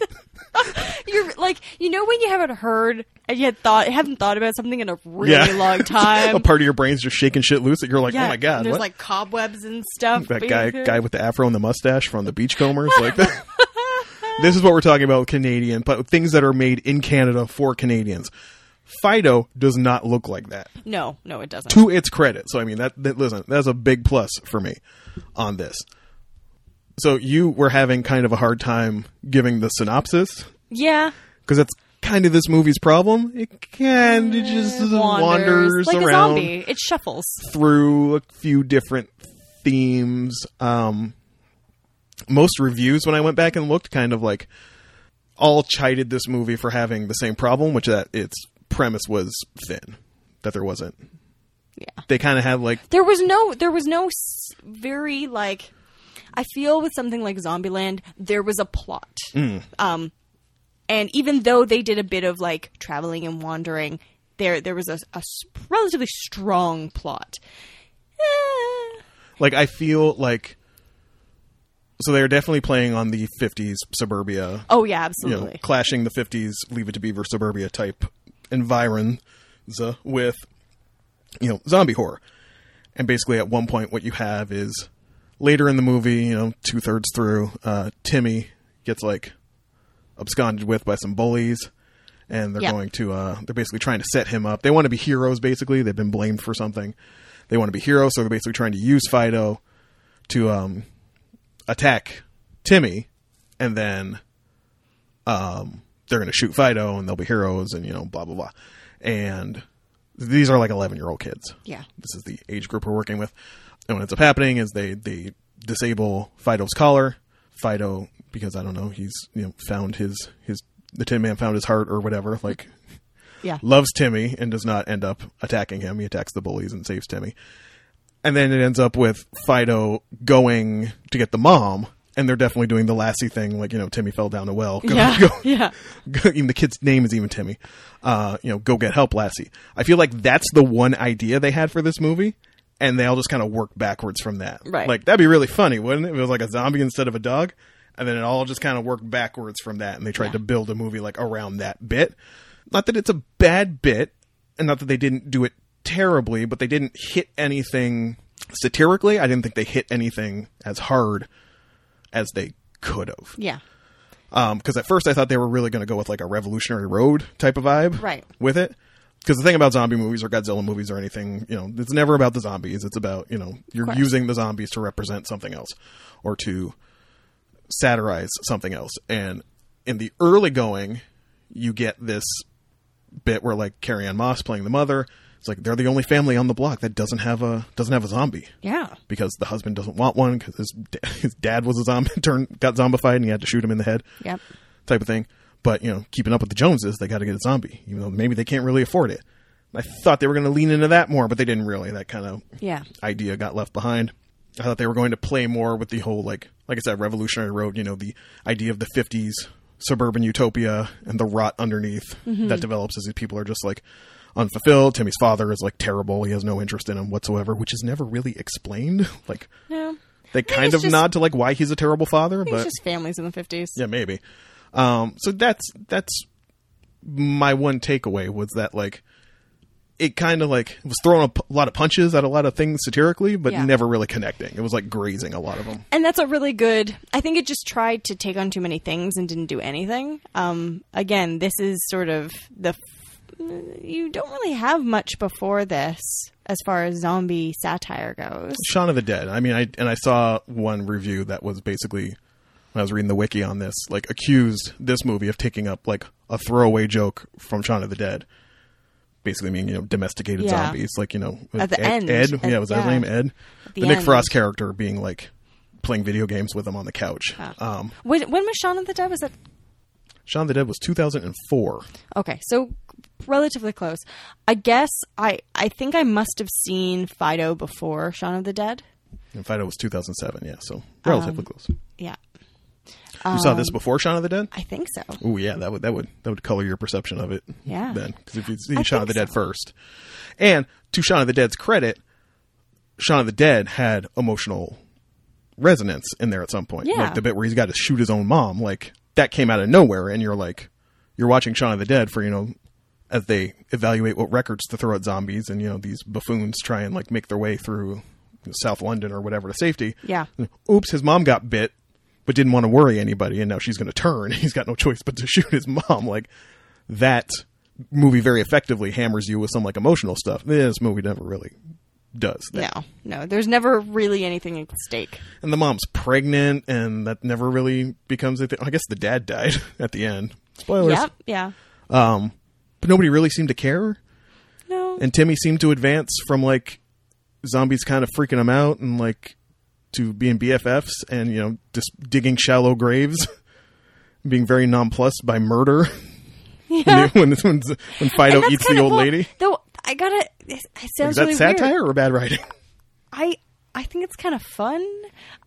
Speaker 2: You're like, you know, when you haven't heard and you had thought, haven't thought about something in a really long time.
Speaker 1: a part of your brain's just shaking shit loose that you're like,
Speaker 2: Yeah,
Speaker 1: oh my god,
Speaker 2: There's
Speaker 1: what?
Speaker 2: like cobwebs and stuff.
Speaker 1: that
Speaker 2: but
Speaker 1: guy
Speaker 2: you're-
Speaker 1: guy with the afro and the mustache from the Beachcombers. like that. this is what we're talking about with Canadian, but things that are made in Canada for Canadians. Fido does not look like that.
Speaker 2: No, no, it doesn't.
Speaker 1: to its credit. So I mean that, that listen, that's a big plus for me on this. So you were having kind of a hard time giving the synopsis
Speaker 2: yeah.
Speaker 1: because that's kind of this movie's problem. It kind of just wanders,
Speaker 2: Mm, like a
Speaker 1: around
Speaker 2: zombie. It shuffles.
Speaker 1: through a few different themes. Um, most reviews, when I went back and looked, kind of like all chided this movie for having the same problem, which that its premise was thin, that there wasn't.
Speaker 2: Yeah.
Speaker 1: They kind of had like
Speaker 2: There was no. There was no s- very like. I feel with something like Zombieland, there was a plot.
Speaker 1: Mm.
Speaker 2: Um, and even though they did a bit of like traveling and wandering, there there was a, a s- relatively strong plot. Eh,
Speaker 1: Like I feel like so they're definitely playing on the 50s suburbia,
Speaker 2: oh yeah,
Speaker 1: you know,
Speaker 2: absolutely.
Speaker 1: clashing the 50s Leave It to Beaver suburbia type environs with you know, zombie horror. And basically at one point what you have is later in the movie, you know, two-thirds through, uh Timmy gets like absconded with by some bullies and they're
Speaker 2: Yeah.
Speaker 1: going to uh they're basically trying to set him up. They want to be heroes basically. They've been blamed for something. They want to be heroes, so they're basically trying to use Fido to um attack Timmy and then um they're going to shoot Fido and they'll be heroes and you know blah blah blah. And these are like 11-year-old kids
Speaker 2: Yeah.
Speaker 1: this is the age group we're working with. And what ends up happening is they they disable Fido's collar. Fido, because I don't know, he's you know found his his the Tin Man found his heart or whatever. Like
Speaker 2: Yeah.
Speaker 1: loves Timmy and does not end up attacking him. He attacks the bullies and saves Timmy. And then it ends up with Fido going to get the mom, and they're definitely doing the Lassie thing, like you know Timmy fell down a well. Go,
Speaker 2: yeah.
Speaker 1: go,
Speaker 2: yeah.
Speaker 1: even the kid's name is even Timmy. Uh, you know, go get help, Lassie. I feel like that's the one idea they had for this movie, and they all just kind of worked backwards from that.
Speaker 2: Right.
Speaker 1: Like that'd be really funny, wouldn't it? If it was like a zombie instead of a dog, and then it all just kind of worked backwards from that, and they tried
Speaker 2: Yeah.
Speaker 1: to build a movie like around that bit. Not that it's a bad bit, and not that they didn't do it terribly, but they didn't hit anything satirically. I didn't think they hit anything as hard as they could have
Speaker 2: Yeah.
Speaker 1: because Um, at first I thought they were really going to go with like a Revolutionary Road type of vibe,
Speaker 2: Right.
Speaker 1: With it, because the thing about zombie movies or Godzilla movies or anything, you know, it's never about the zombies. It's about you know you're
Speaker 2: course.
Speaker 1: using the zombies to represent something else or to satirize something else. And in the early going, you get this bit where like Carrie Ann Moss playing the mother. It's like they're the only family on the block that doesn't have a doesn't have a zombie
Speaker 2: Yeah.
Speaker 1: because the husband doesn't want one because his, da- his dad was a zombie turned got zombified and he had to shoot him in the head
Speaker 2: Yep.
Speaker 1: type of thing. But you know, keeping up with the Joneses, they got to get a zombie, even though maybe they can't really afford it. I thought they were going to lean into that more, but they didn't really. That kind of
Speaker 2: Yeah.
Speaker 1: idea got left behind. I thought they were going to play more with the whole like, like I said, Revolutionary Road. You know, the idea of the '50s suburban utopia and the rot underneath
Speaker 2: Mm-hmm.
Speaker 1: that develops as these people are just like unfulfilled. Timmy's father is like terrible; he has no interest in him whatsoever, which is never really explained. Like
Speaker 2: No.
Speaker 1: They kind
Speaker 2: it's
Speaker 1: of
Speaker 2: just-
Speaker 1: nod to like why he's a terrible father,
Speaker 2: It's
Speaker 1: but
Speaker 2: just families in the 50s.
Speaker 1: yeah, maybe. Um, so that's that's my one takeaway was that like it kind of like was throwing a p- lot of punches at a lot of things satirically, but
Speaker 2: Yeah.
Speaker 1: never really connecting. It was like grazing a lot of them.
Speaker 2: And that's a really good. I think it just tried to take on too many things and didn't do anything. Um, again, this is sort of the. F- you don't really have much before this as far as zombie satire goes.
Speaker 1: Shaun of the Dead. I mean, I and I saw one review that was basically when I was reading the wiki on this, like accused this movie of taking up like a throwaway joke from Shaun of the Dead. Basically, meaning you know domesticated
Speaker 2: Yeah.
Speaker 1: zombies, like you know
Speaker 2: At the
Speaker 1: Ed,
Speaker 2: end.
Speaker 1: Ed,
Speaker 2: At-
Speaker 1: yeah, was that his
Speaker 2: yeah.
Speaker 1: name? Ed,
Speaker 2: the
Speaker 1: the, Nick
Speaker 2: end.
Speaker 1: Frost character being like playing video games with him on the couch. Um,
Speaker 2: When, when was Shaun of the Dead? Was that
Speaker 1: Shaun of the Dead was 2004.
Speaker 2: Okay, so relatively close. I guess I I think I must have seen Fido before Shaun of the Dead.
Speaker 1: And Fido was 2007, yeah,
Speaker 2: Um,
Speaker 1: so relatively close. You
Speaker 2: Yeah,
Speaker 1: saw
Speaker 2: um,
Speaker 1: this before Shaun of the Dead?
Speaker 2: I think so.
Speaker 1: Oh yeah, that would that would that would color your perception of it.
Speaker 2: Yeah.
Speaker 1: Then because if you'd seen
Speaker 2: I
Speaker 1: Shaun of the
Speaker 2: think
Speaker 1: Dead
Speaker 2: so.
Speaker 1: first, and to Shaun of the Dead's credit, Shaun of the Dead had emotional resonance in there at some point.
Speaker 2: Yeah.
Speaker 1: Like the bit where he's got to shoot his own mom, like that came out of nowhere, and you're like, you're watching Shaun of the Dead for you know, as they evaluate what records to throw at zombies, and you know these buffoons try and like make their way through South London or whatever to safety.
Speaker 2: Yeah.
Speaker 1: Oops, his mom got bit, but didn't want to worry anybody, and now she's going to turn. He's got no choice but to shoot his mom. Like that movie very effectively hammers you with some like emotional stuff. This movie never really does that.
Speaker 2: No, no, there's never really anything at stake.
Speaker 1: And the mom's pregnant, and that never really becomes a thing. I guess the dad died at the end. Spoilers.
Speaker 2: Yep, yeah,
Speaker 1: Um, but nobody really seemed to care.
Speaker 2: no,
Speaker 1: And Timmy seemed to advance from like zombies kind of freaking him out and like to being BFFs and you know just digging shallow graves, being very nonplussed by murder.
Speaker 2: yeah.
Speaker 1: when, when when Fido
Speaker 2: And that's
Speaker 1: eats
Speaker 2: kind
Speaker 1: the
Speaker 2: of-
Speaker 1: old
Speaker 2: well,
Speaker 1: lady,
Speaker 2: Though I gotta, it, it sounds
Speaker 1: is that
Speaker 2: really
Speaker 1: satire
Speaker 2: weird.
Speaker 1: or bad writing?
Speaker 2: I I think it's kind of fun.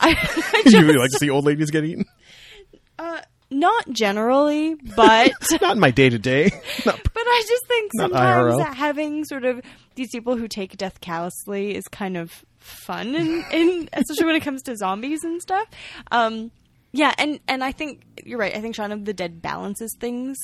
Speaker 2: I, I
Speaker 1: you
Speaker 2: just,
Speaker 1: really like to see old ladies get eaten?
Speaker 2: not generally, but
Speaker 1: Not in my day to day.
Speaker 2: But I just think
Speaker 1: Not
Speaker 2: sometimes
Speaker 1: IRL.
Speaker 2: that having sort of these people who take death callously is kind of fun, and, and especially when it comes to zombies and stuff. Um, yeah, and and I think you're right. I think Shaun of the Dead balances things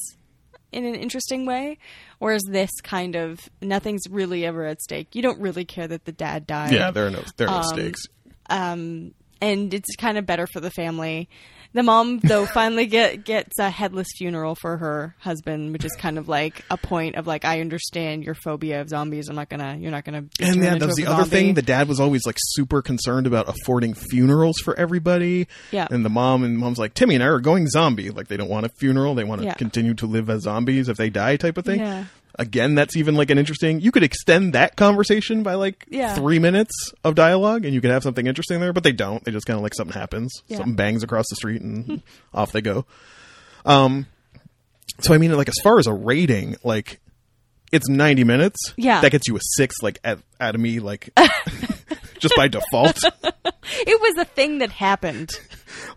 Speaker 2: in an interesting way, whereas this kind of nothing's really ever at stake. You don't really care that the dad died.
Speaker 1: Yeah, there are no there are no stakes.
Speaker 2: Um, and it's kind of better for the family. The mom, though, finally get gets a headless funeral for her husband, which is kind of like a point of like, I understand your phobia of zombies. I'm not gonna, you're not gonna. be
Speaker 1: And
Speaker 2: turned
Speaker 1: yeah,
Speaker 2: into
Speaker 1: that was
Speaker 2: a
Speaker 1: the other
Speaker 2: zombie.
Speaker 1: thing. The dad was always like super concerned about affording funerals for everybody.
Speaker 2: Yeah.
Speaker 1: And the mom and mom's like, Timmy and I are going zombie. Like they don't want a funeral. They want to
Speaker 2: Yeah.
Speaker 1: continue to live as zombies if they die, type of thing.
Speaker 2: Yeah.
Speaker 1: Again, that's even like an interesting. You could extend that conversation by like
Speaker 2: Yeah.
Speaker 1: three minutes of dialogue, and you could have something interesting there. But they don't. They just kind of like something happens,
Speaker 2: Yeah.
Speaker 1: something bangs across the street, and off they go. Um. So I mean, like as far as a rating, like it's 90 minutes.
Speaker 2: Yeah.
Speaker 1: That gets you a six, like, at, out of me, like, just by default.
Speaker 2: it was the thing that happened.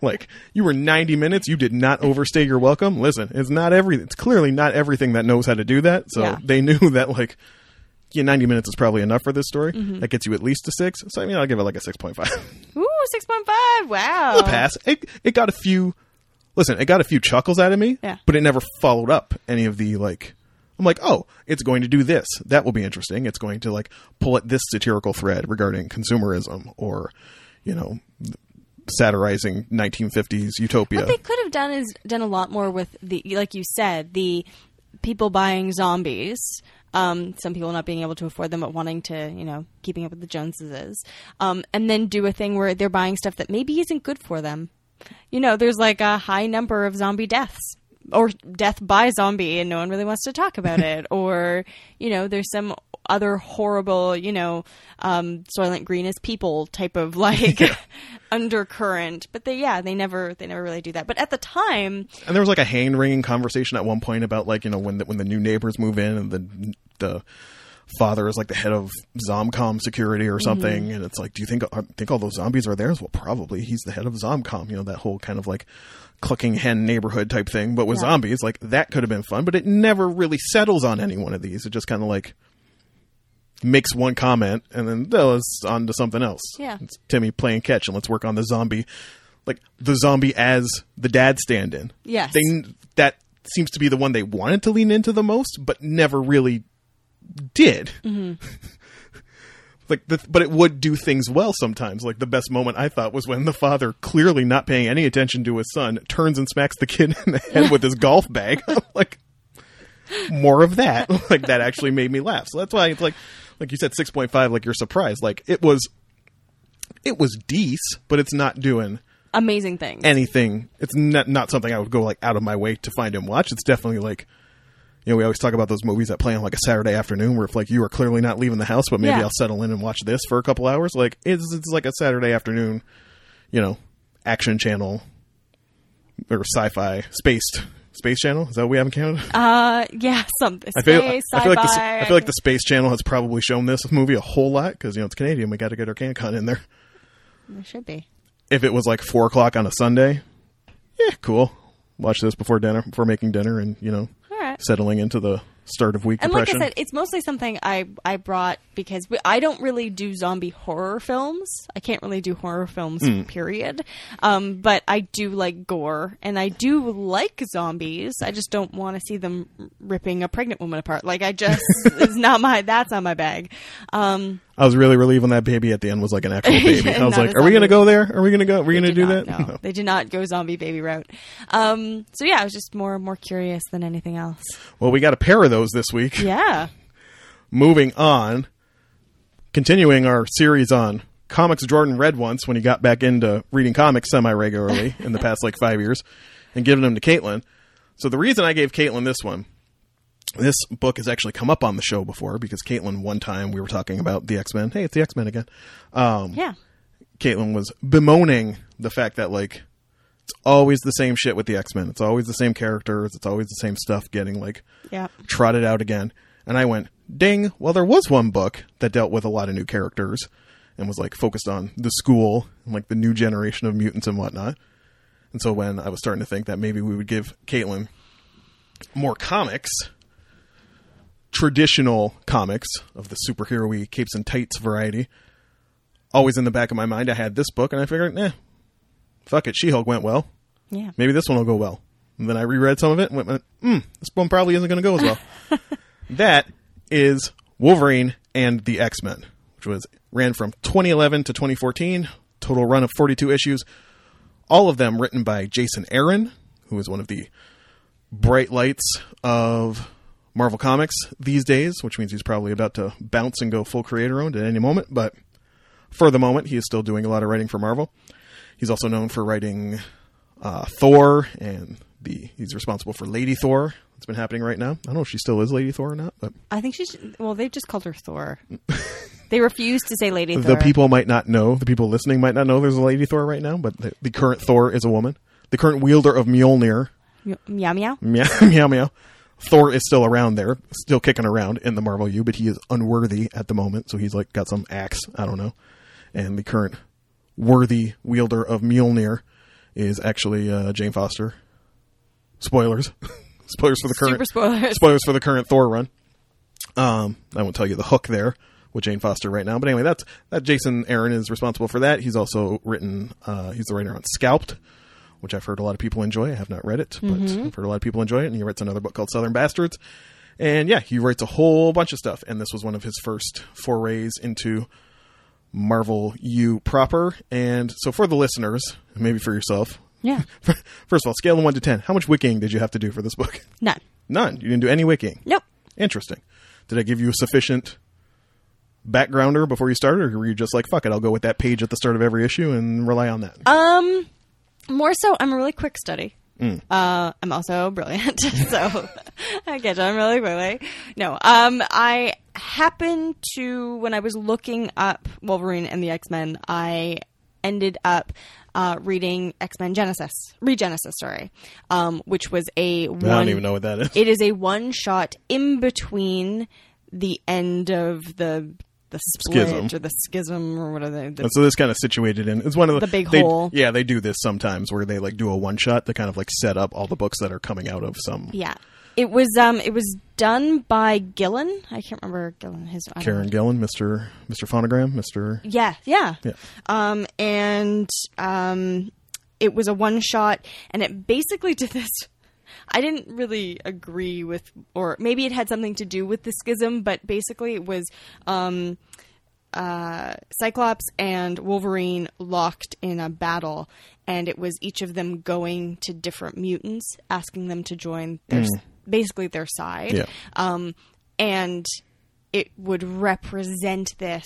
Speaker 1: like, you were 90 minutes. You did not overstay your welcome. Listen, it's not every, it's clearly not everything that knows how to do that. So
Speaker 2: Yeah.
Speaker 1: they knew that, like, yeah, 90 minutes is probably enough for this story.
Speaker 2: Mm-hmm.
Speaker 1: That gets you at least a six. So, I mean, I'll give it like a 6.5.
Speaker 2: Ooh, six point five. Wow.
Speaker 1: the pass. It it got a few. Listen, it got a few chuckles out of me,
Speaker 2: Yeah.
Speaker 1: but it never followed up any of the like. I'm like, oh, it's going to do this. That will be interesting. It's going to like pull at this satirical thread regarding consumerism or, you know, satirizing 1950s utopia.
Speaker 2: What they could have done is done a lot more with the, like you said, the people buying zombies. Um, some people not being able to afford them, but wanting to, you know, keeping up with the Joneses. Um, and then do a thing where they're buying stuff that maybe isn't good for them. You know, there's like a high number of zombie deaths or death by zombie, and no one really wants to talk about it. Or, you know, there's some other horrible, you know, um, Soylent Green is people type of like undercurrent. But they, yeah, they never, they never really do that. But at the time,
Speaker 1: and there was like a hand wringing conversation at one point about like you know when the, when the new neighbors move in and the the father is like the head of Zomcom security or something,
Speaker 2: Mm-hmm.
Speaker 1: and it's like, do you think I think all those zombies are theirs? Well, probably. He's the head of Zomcom. You know that whole kind of like clucking hen neighborhood type thing, but with
Speaker 2: Yeah.
Speaker 1: zombies, like that could have been fun, but it never really settles on any one of these. It just kind of like makes one comment and then oh, it's on to something else.
Speaker 2: Yeah.
Speaker 1: It's Timmy playing catch and let's work on the zombie, like the zombie as the dad stand-in.
Speaker 2: Yes.
Speaker 1: They that seems to be the one they wanted to lean into the most, but never really did. like, the, but it would do things well sometimes. Like the best moment I thought was when the father, clearly not paying any attention to his son, turns and smacks the kid in the head with his golf bag. I'm like more of that. Like that actually made me laugh. So that's why it's like, like you said, six point five. Like you're surprised. Like it was, it was decent, but it's not doing
Speaker 2: Amazing things.
Speaker 1: anything. It's not not something I would go like out of my way to find and watch. It's definitely like you know we always talk about those movies that play on like a Saturday afternoon where if like you are clearly not leaving the house, but maybe
Speaker 2: Yeah.
Speaker 1: I'll settle in and watch this for a couple hours. Like it's it's like a Saturday afternoon, you know, Action Channel or Sci-Fi Spaced Space Channel. Is that what we have in Canada?
Speaker 2: uh, yeah, something.
Speaker 1: I feel,
Speaker 2: Space,
Speaker 1: I feel like the, s-
Speaker 2: sci-fi.
Speaker 1: I feel like the Space Channel has probably shown this movie a whole lot because you know it's Canadian. We got to get our CanCon in there.
Speaker 2: It should be.
Speaker 1: if it was like four o'clock on a Sunday, yeah, cool. Watch this before dinner, before making dinner, and you know,
Speaker 2: All right.
Speaker 1: settling into the start of week
Speaker 2: And like I
Speaker 1: depression.
Speaker 2: said, it's mostly something I I brought because we, I don't really do zombie horror films. I can't really do horror films,
Speaker 1: Hmm.
Speaker 2: period. Um, but I do like gore, and I do like zombies. I just don't want to see them ripping a pregnant woman apart. Like I just it's not my that's not my bag. Um,
Speaker 1: I was really relieved when that baby at the end was like an actual baby. I was
Speaker 2: Not
Speaker 1: like,
Speaker 2: a
Speaker 1: are we gonna
Speaker 2: zombie.
Speaker 1: go there? Are we gonna go? Are we gonna
Speaker 2: did
Speaker 1: do
Speaker 2: not-
Speaker 1: that?
Speaker 2: No, they did not go zombie baby route. Um, so yeah, I was just more more curious than anything else.
Speaker 1: Well, we got a pair of those this week.
Speaker 2: Yeah.
Speaker 1: Moving on, continuing our series on comics Jordan read once when he got back into reading comics semi regularly in the past like five years, and giving them to Caitlin. So the reason I gave Caitlin this one this book has actually come up on the show before because Caitlin, one time we were talking about the X Men. Hey, it's the X Men again. Um,
Speaker 2: Yeah.
Speaker 1: Caitlin was bemoaning the fact that like it's always the same shit with the X Men. It's always the same characters. It's always the same stuff getting like
Speaker 2: Yeah.
Speaker 1: trotted out again. And I went, ding. Well, there was one book that dealt with a lot of new characters and was like focused on the school and like the new generation of mutants and whatnot. And so when I was starting to think that maybe we would give Caitlin more comics, traditional comics of the superhero y capes and tights variety, always in the back of my mind, I had this book and I figured, nah, fuck it. She Hulk went well
Speaker 2: Yeah.
Speaker 1: maybe this one will go well. And then I reread some of it and went, hmm, this one probably isn't going to go as well. that is Wolverine and the X Men, which was ran from 2011 to 2014, total run of 42 issues, all of them written by Jason Aaron, who is one of the bright lights of Marvel Comics these days, which means he's probably about to bounce and go full creator owned at any moment. But for the moment, he is still doing a lot of writing for Marvel. He's also known for writing uh, Thor, and the he's responsible for Lady Thor. It's been happening right now. I don't know if she still is Lady Thor or not, but
Speaker 2: I think she's. Well, they've just called her Thor. they refuse to say Lady
Speaker 1: the
Speaker 2: Thor.
Speaker 1: people might not know. The people listening might not know there's a Lady Thor right now, but the, the current Thor is a woman. The current wielder of Mjolnir,
Speaker 2: Y- Meow meow.
Speaker 1: meow meow meow. Thor is still around there, still kicking around in the Marvel U, but he is unworthy at the moment, so he's like got some axe. I don't know. And the current worthy wielder of Mjolnir is actually uh, Jane Foster. Spoilers, spoilers for the current
Speaker 2: Super spoilers.
Speaker 1: spoilers for the current Thor run. Um, I won't tell you the hook there with Jane Foster right now, but anyway, that's that. Jason Aaron is responsible for that. He's also written. Uh, he's the writer on Scalped, which I've heard a lot of people enjoy. I have not read it, but I've heard a lot of people enjoy it. And he writes another book called Southern Bastards. And yeah, he writes a whole bunch of stuff. And this was one of his first forays into Marvel U proper. And so for the listeners, maybe for yourself,
Speaker 2: yeah.
Speaker 1: first of all, scale of one to ten, how much wicking did you have to do for this book?
Speaker 2: None.
Speaker 1: None. You didn't do any wicking.
Speaker 2: Nope.
Speaker 1: Interesting. Did I give you a sufficient backgrounder before you started, or were you just like, fuck it, I'll go with that page at the start of every issue and rely on that?
Speaker 2: Um, more so, I'm a really quick study.
Speaker 1: Mm.
Speaker 2: Uh, I'm also brilliant, so I catch on really quickly. No, um, I happened to when I was looking up Wolverine and the X Men, I ended up uh, reading X Men Genesis, Regenesis, sorry, um, which was a one,
Speaker 1: I don't even know what that is.
Speaker 2: It is a one shot in between the end of the the split
Speaker 1: Schism.
Speaker 2: or the schism or whatever. The,
Speaker 1: And so this kind of situated in it's one of the,
Speaker 2: The big
Speaker 1: they-
Speaker 2: hole.
Speaker 1: Yeah, they do this sometimes where they like do a one shot to kind of like set up all the books that are coming out of some
Speaker 2: yeah. It was um it was done by Gillen. I can't remember Gillen his I don't
Speaker 1: Karen Gillan, Mr. Mr. Phonogram, Mr.
Speaker 2: Yeah, yeah.
Speaker 1: Yeah.
Speaker 2: Um, and um, it was a one shot, and it basically did this. I didn't really agree with, or maybe it had something to do with the schism, but basically it was um, uh, Cyclops and Wolverine locked in a battle, and it was each of them going to different mutants, asking them to join their basically their side
Speaker 1: Yeah.
Speaker 2: um, and it would represent this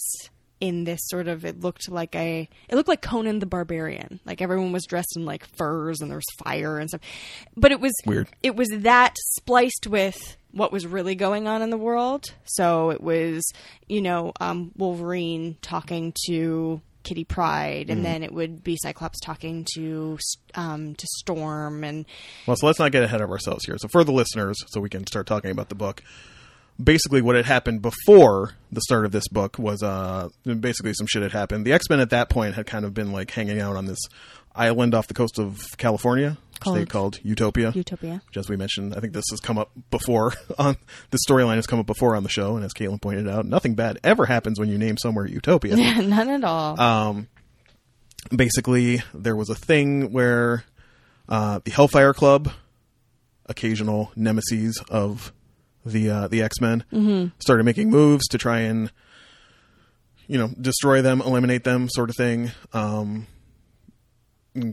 Speaker 2: in this sort of it looked like a it looked like conan the barbarian like everyone was dressed in like furs and there was fire and stuff but it was
Speaker 1: Weird.
Speaker 2: it was that spliced with what was really going on in the world so it was you know um, wolverine talking to kitty pride and then it would be cyclops talking to um, to storm and
Speaker 1: Well, so let's not get ahead of ourselves here. So, for the listeners, so we can start talking about the book. Basically, what had happened before the start of this book was uh, basically some shit had happened. The X Men at that point had kind of been like hanging out on this island off the coast of California, which they
Speaker 2: Called-
Speaker 1: called Utopia.
Speaker 2: utopia
Speaker 1: Which, as we mentioned, I think this has come up before on this storyline has come up before on the show, and as Caitlin pointed out, nothing bad ever happens when you name somewhere Utopia
Speaker 2: none at all
Speaker 1: basically there was a thing where uh, the Hellfire Club, occasional nemesis of the uh, the X Men, started making moves to try and you know destroy them, eliminate them, sort of thing. Um,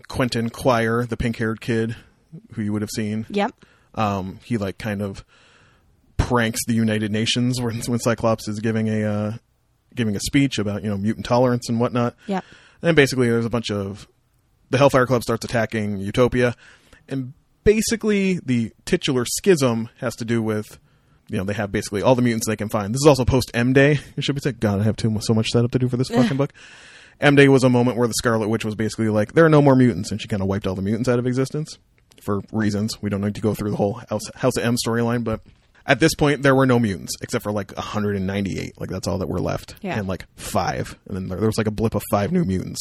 Speaker 1: Quentin Quire, the pink haired kid who you would have seen,
Speaker 2: yep
Speaker 1: um, he like kind of pranks the United Nations when, when Cyclops is giving a uh, giving a speech about you know mutant tolerance and whatnot.
Speaker 2: Yep.
Speaker 1: And basically, there's a bunch of the Hellfire Club starts attacking Utopia, and basically the titular schism has to do with. You know they have basically all the mutants they can find. This is also post M Day. It should be said. God, I have too much, so much setup to do for this fucking book. M Day was a moment where the Scarlet Witch was basically like, "There are no more mutants," and she kind of wiped all the mutants out of existence for reasons we don't need to go through the whole House, House of M storyline. But at this point, there were no mutants except for like 198. Like that's all that were left,
Speaker 2: Yeah.
Speaker 1: and like five. And then there, there was like a blip of five new mutants.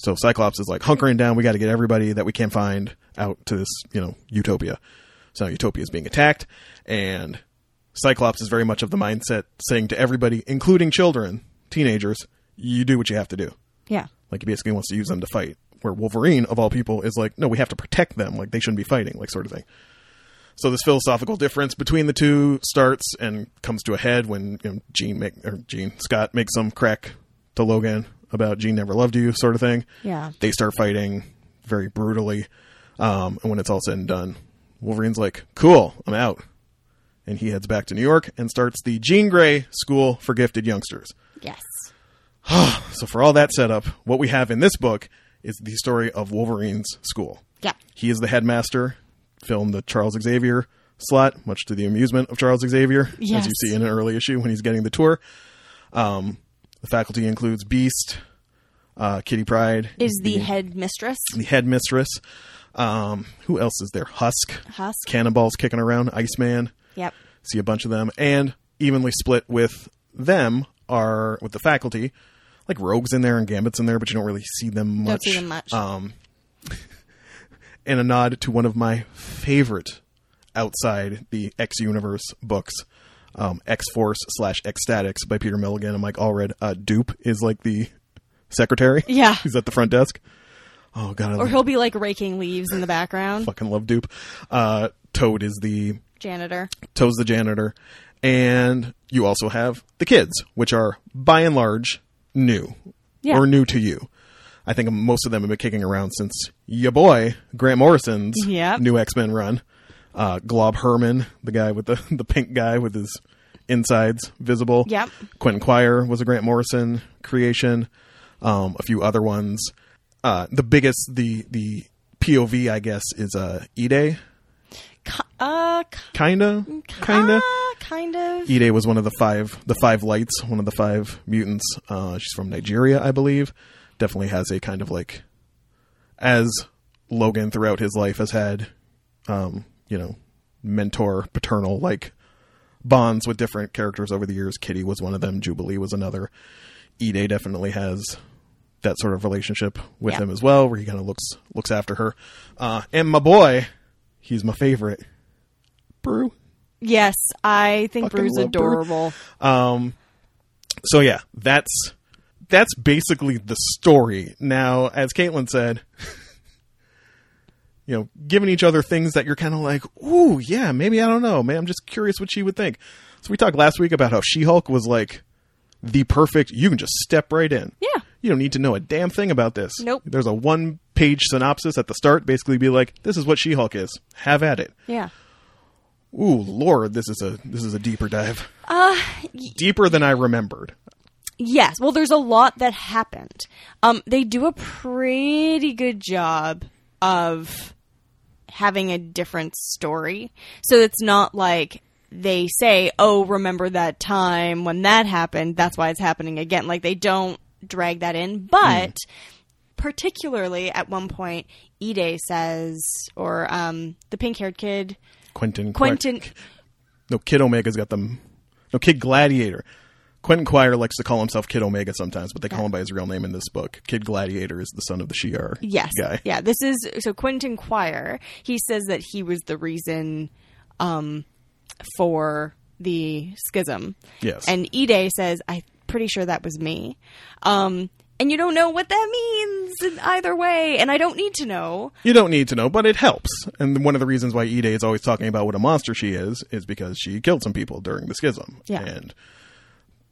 Speaker 1: So Cyclops is like hunkering down. We got to get everybody that we can find out to this, you know, Utopia. So now Utopia is being attacked, and Cyclops is very much of the mindset saying to everybody, including children, teenagers, you do what you have to do.
Speaker 2: yeah
Speaker 1: Like he basically wants to use them to fight. Where Wolverine, of all people, is like, no, we have to protect them. Like they shouldn't be fighting, like sort of thing. So this philosophical difference between the two starts and comes to a head when you know, Gene make, or Gene Scott makes some crack to Logan about Gene never loved you, sort of thing.
Speaker 2: Yeah.
Speaker 1: They start fighting very brutally, um, and when it's all said and done, Wolverine's like, "Cool, I'm out," and he heads back to New York and starts the Jean Grey School for Gifted Youngsters.
Speaker 2: yes
Speaker 1: So for all that setup, what we have in this book is the story of Wolverine's school.
Speaker 2: Yeah.
Speaker 1: He is the headmaster, filmed the Charles Xavier slot, much to the amusement of Charles Xavier, as
Speaker 2: Yes.
Speaker 1: you see in an early issue when he's getting the tour. Um, the faculty includes Beast, uh, Kitty Pride,
Speaker 2: is the headmistress.
Speaker 1: the headmistress. Um, who else is there? Husk.
Speaker 2: Husk.
Speaker 1: Cannonballs kicking around. Iceman
Speaker 2: Yep.
Speaker 1: see a bunch of them, and evenly split with them are with the faculty. Like Rogue's in there and Gambit's in there, but you don't really see them much.
Speaker 2: see them much.
Speaker 1: Um, and a nod to one of my favorite outside the X Universe books, um, X Force slash Ecstatics by Peter Milligan and Mike Allred. Uh, Dupe is like the secretary.
Speaker 2: Yeah.
Speaker 1: he's at the front desk. Oh god, I
Speaker 2: Or
Speaker 1: love-
Speaker 2: he'll be like raking leaves in the background.
Speaker 1: fucking love Dupe. Uh, Toad is the
Speaker 2: Janitor.
Speaker 1: Toes the janitor, and you also have the kids, which are by and large new
Speaker 2: Yeah.
Speaker 1: or new to you. I think most of them have been kicking around since your boy Grant Morrison's
Speaker 2: Yep.
Speaker 1: new X Men run. Uh, Glob Herman, the guy with the the pink guy with his insides visible.
Speaker 2: Yep.
Speaker 1: Quentin Quire was a Grant Morrison creation. Um, a few other ones. Uh, the biggest, the the POV, I guess, is uh, Ide,
Speaker 2: Ki- Uh, ki-
Speaker 1: kinda, kinda.
Speaker 2: ah, kind of.
Speaker 1: Ide was one of the five the five lights, one of the five mutants. Uh, she's from Nigeria, I believe. Definitely has a kind of like as Logan throughout his life has had um, you know, mentor, paternal like bonds with different characters over the years. Kitty was one of them, Jubilee was another. Ide definitely has that sort of relationship with
Speaker 2: Yeah.
Speaker 1: him as well, where he kind of looks looks after her. Uh, and my boy, he's my favorite. Brew.
Speaker 2: Yes, I think
Speaker 1: Fucking
Speaker 2: Brew's
Speaker 1: love Brew.
Speaker 2: adorable.
Speaker 1: Um, So yeah, that's that's basically the story. Now, as Caitlin said, you know, giving each other things that you're kind of like, ooh, yeah, maybe I don't know, man. I'm just curious what she would think. So we talked last week about how She-Hulk was like the perfect. You can just step right in.
Speaker 2: Yeah.
Speaker 1: You don't need to know a damn thing about this.
Speaker 2: Nope.
Speaker 1: There's a one-page synopsis at the start, basically be like, this is what She-Hulk is. Have at it.
Speaker 2: Yeah.
Speaker 1: Ooh, Lord, this is a this is a deeper dive. Uh, deeper than I remembered.
Speaker 2: Yes. Well, there's a lot that happened. Um, they do a pretty good job of having a different story. So it's not like they say, oh, remember that time when that happened. That's why it's happening again. Like they don't drag that in. But particularly at one point, Ide says, or um, the pink haired kid,
Speaker 1: Quentin. correct?
Speaker 2: Quentin.
Speaker 1: No, Kid Omega's got them. No, Kid Gladiator. Quentin Quire likes to call himself Kid Omega sometimes, but they call him by his real name in this book. Kid Gladiator is the son of the Shi'ar
Speaker 2: Yes.
Speaker 1: guy.
Speaker 2: Yeah. This is so Quentin Quire. He says that he was the reason um, for the schism.
Speaker 1: Yes.
Speaker 2: And Ide says, "I'm pretty sure that was me." Um, and you don't know what that means in either way, and I don't need to know.
Speaker 1: You don't need to know, but it helps. And one of the reasons why Ide is always talking about what a monster she is is because she killed some people during the schism.
Speaker 2: Yeah.
Speaker 1: And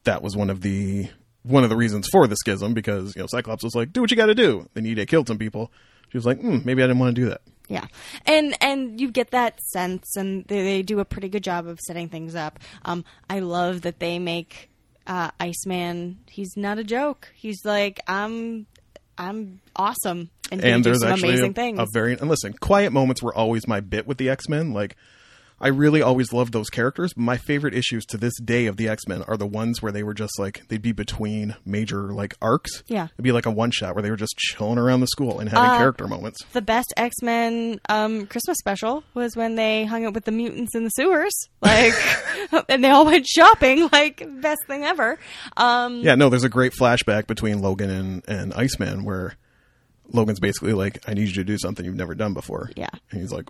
Speaker 1: that was one of the one of the reasons for the schism because you know Cyclops was like, "Do what you got to do." Then Ide killed some people. She was like, mm, "Maybe I didn't want to do that."
Speaker 2: Yeah, and and you get that sense, and they, they do a pretty good job of setting things up. Um, I love that they make uh, Iceman. He's not a joke. He's like I'm, I'm awesome, and, they
Speaker 1: and
Speaker 2: do
Speaker 1: there's
Speaker 2: some
Speaker 1: actually
Speaker 2: amazing
Speaker 1: a,
Speaker 2: things.
Speaker 1: a very and listen quiet moments were always my bit with the x-men like i really always loved those characters but my favorite issues to this day of the x-men are the ones where they were just like they'd be between major like arcs
Speaker 2: Yeah. Uh,
Speaker 1: it'd be like a one shot where they were just chilling around the school and having character moments
Speaker 2: the best X Men um, Christmas special was when they hung out with the mutants in the sewers, like, and they all went shopping. Like, best thing ever. Um,
Speaker 1: yeah no there's a great flashback between logan and, and iceman where logan's basically like i need you to do something you've never done before
Speaker 2: Yeah.
Speaker 1: and he's like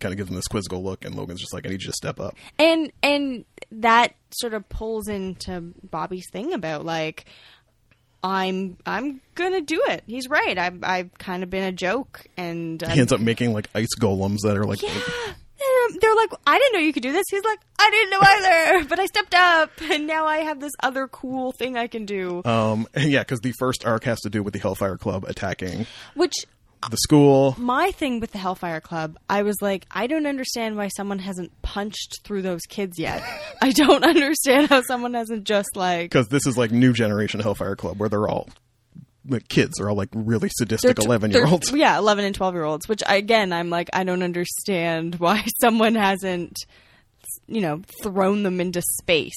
Speaker 1: kind of gives him this quizzical look and logan's just like i need you to step up
Speaker 2: and and that sort of pulls into Bobby's thing about like I'm I'm gonna do it. He's right. I've I've kind of been a joke, and
Speaker 1: he
Speaker 2: um,
Speaker 1: ends up making like ice golems that are like
Speaker 2: um, they're like, I didn't know you could do this. He's like, I didn't know either, but I stepped up, and now I have this other cool thing I can do,
Speaker 1: Um, and yeah, because the first arc has to do with the Hellfire Club attacking
Speaker 2: which
Speaker 1: the school.
Speaker 2: my thing with the Hellfire Club, I was like, I don't understand why someone hasn't punched through those kids yet. I don't understand how someone hasn't just like
Speaker 1: Because this is like new generation Hellfire Club, where they're all like kids. They're all like really sadistic
Speaker 2: t-
Speaker 1: eleven year olds.
Speaker 2: they're- Yeah, eleven and twelve year olds. Which I, again, I'm like, I don't understand why someone hasn't, you know, thrown them into space.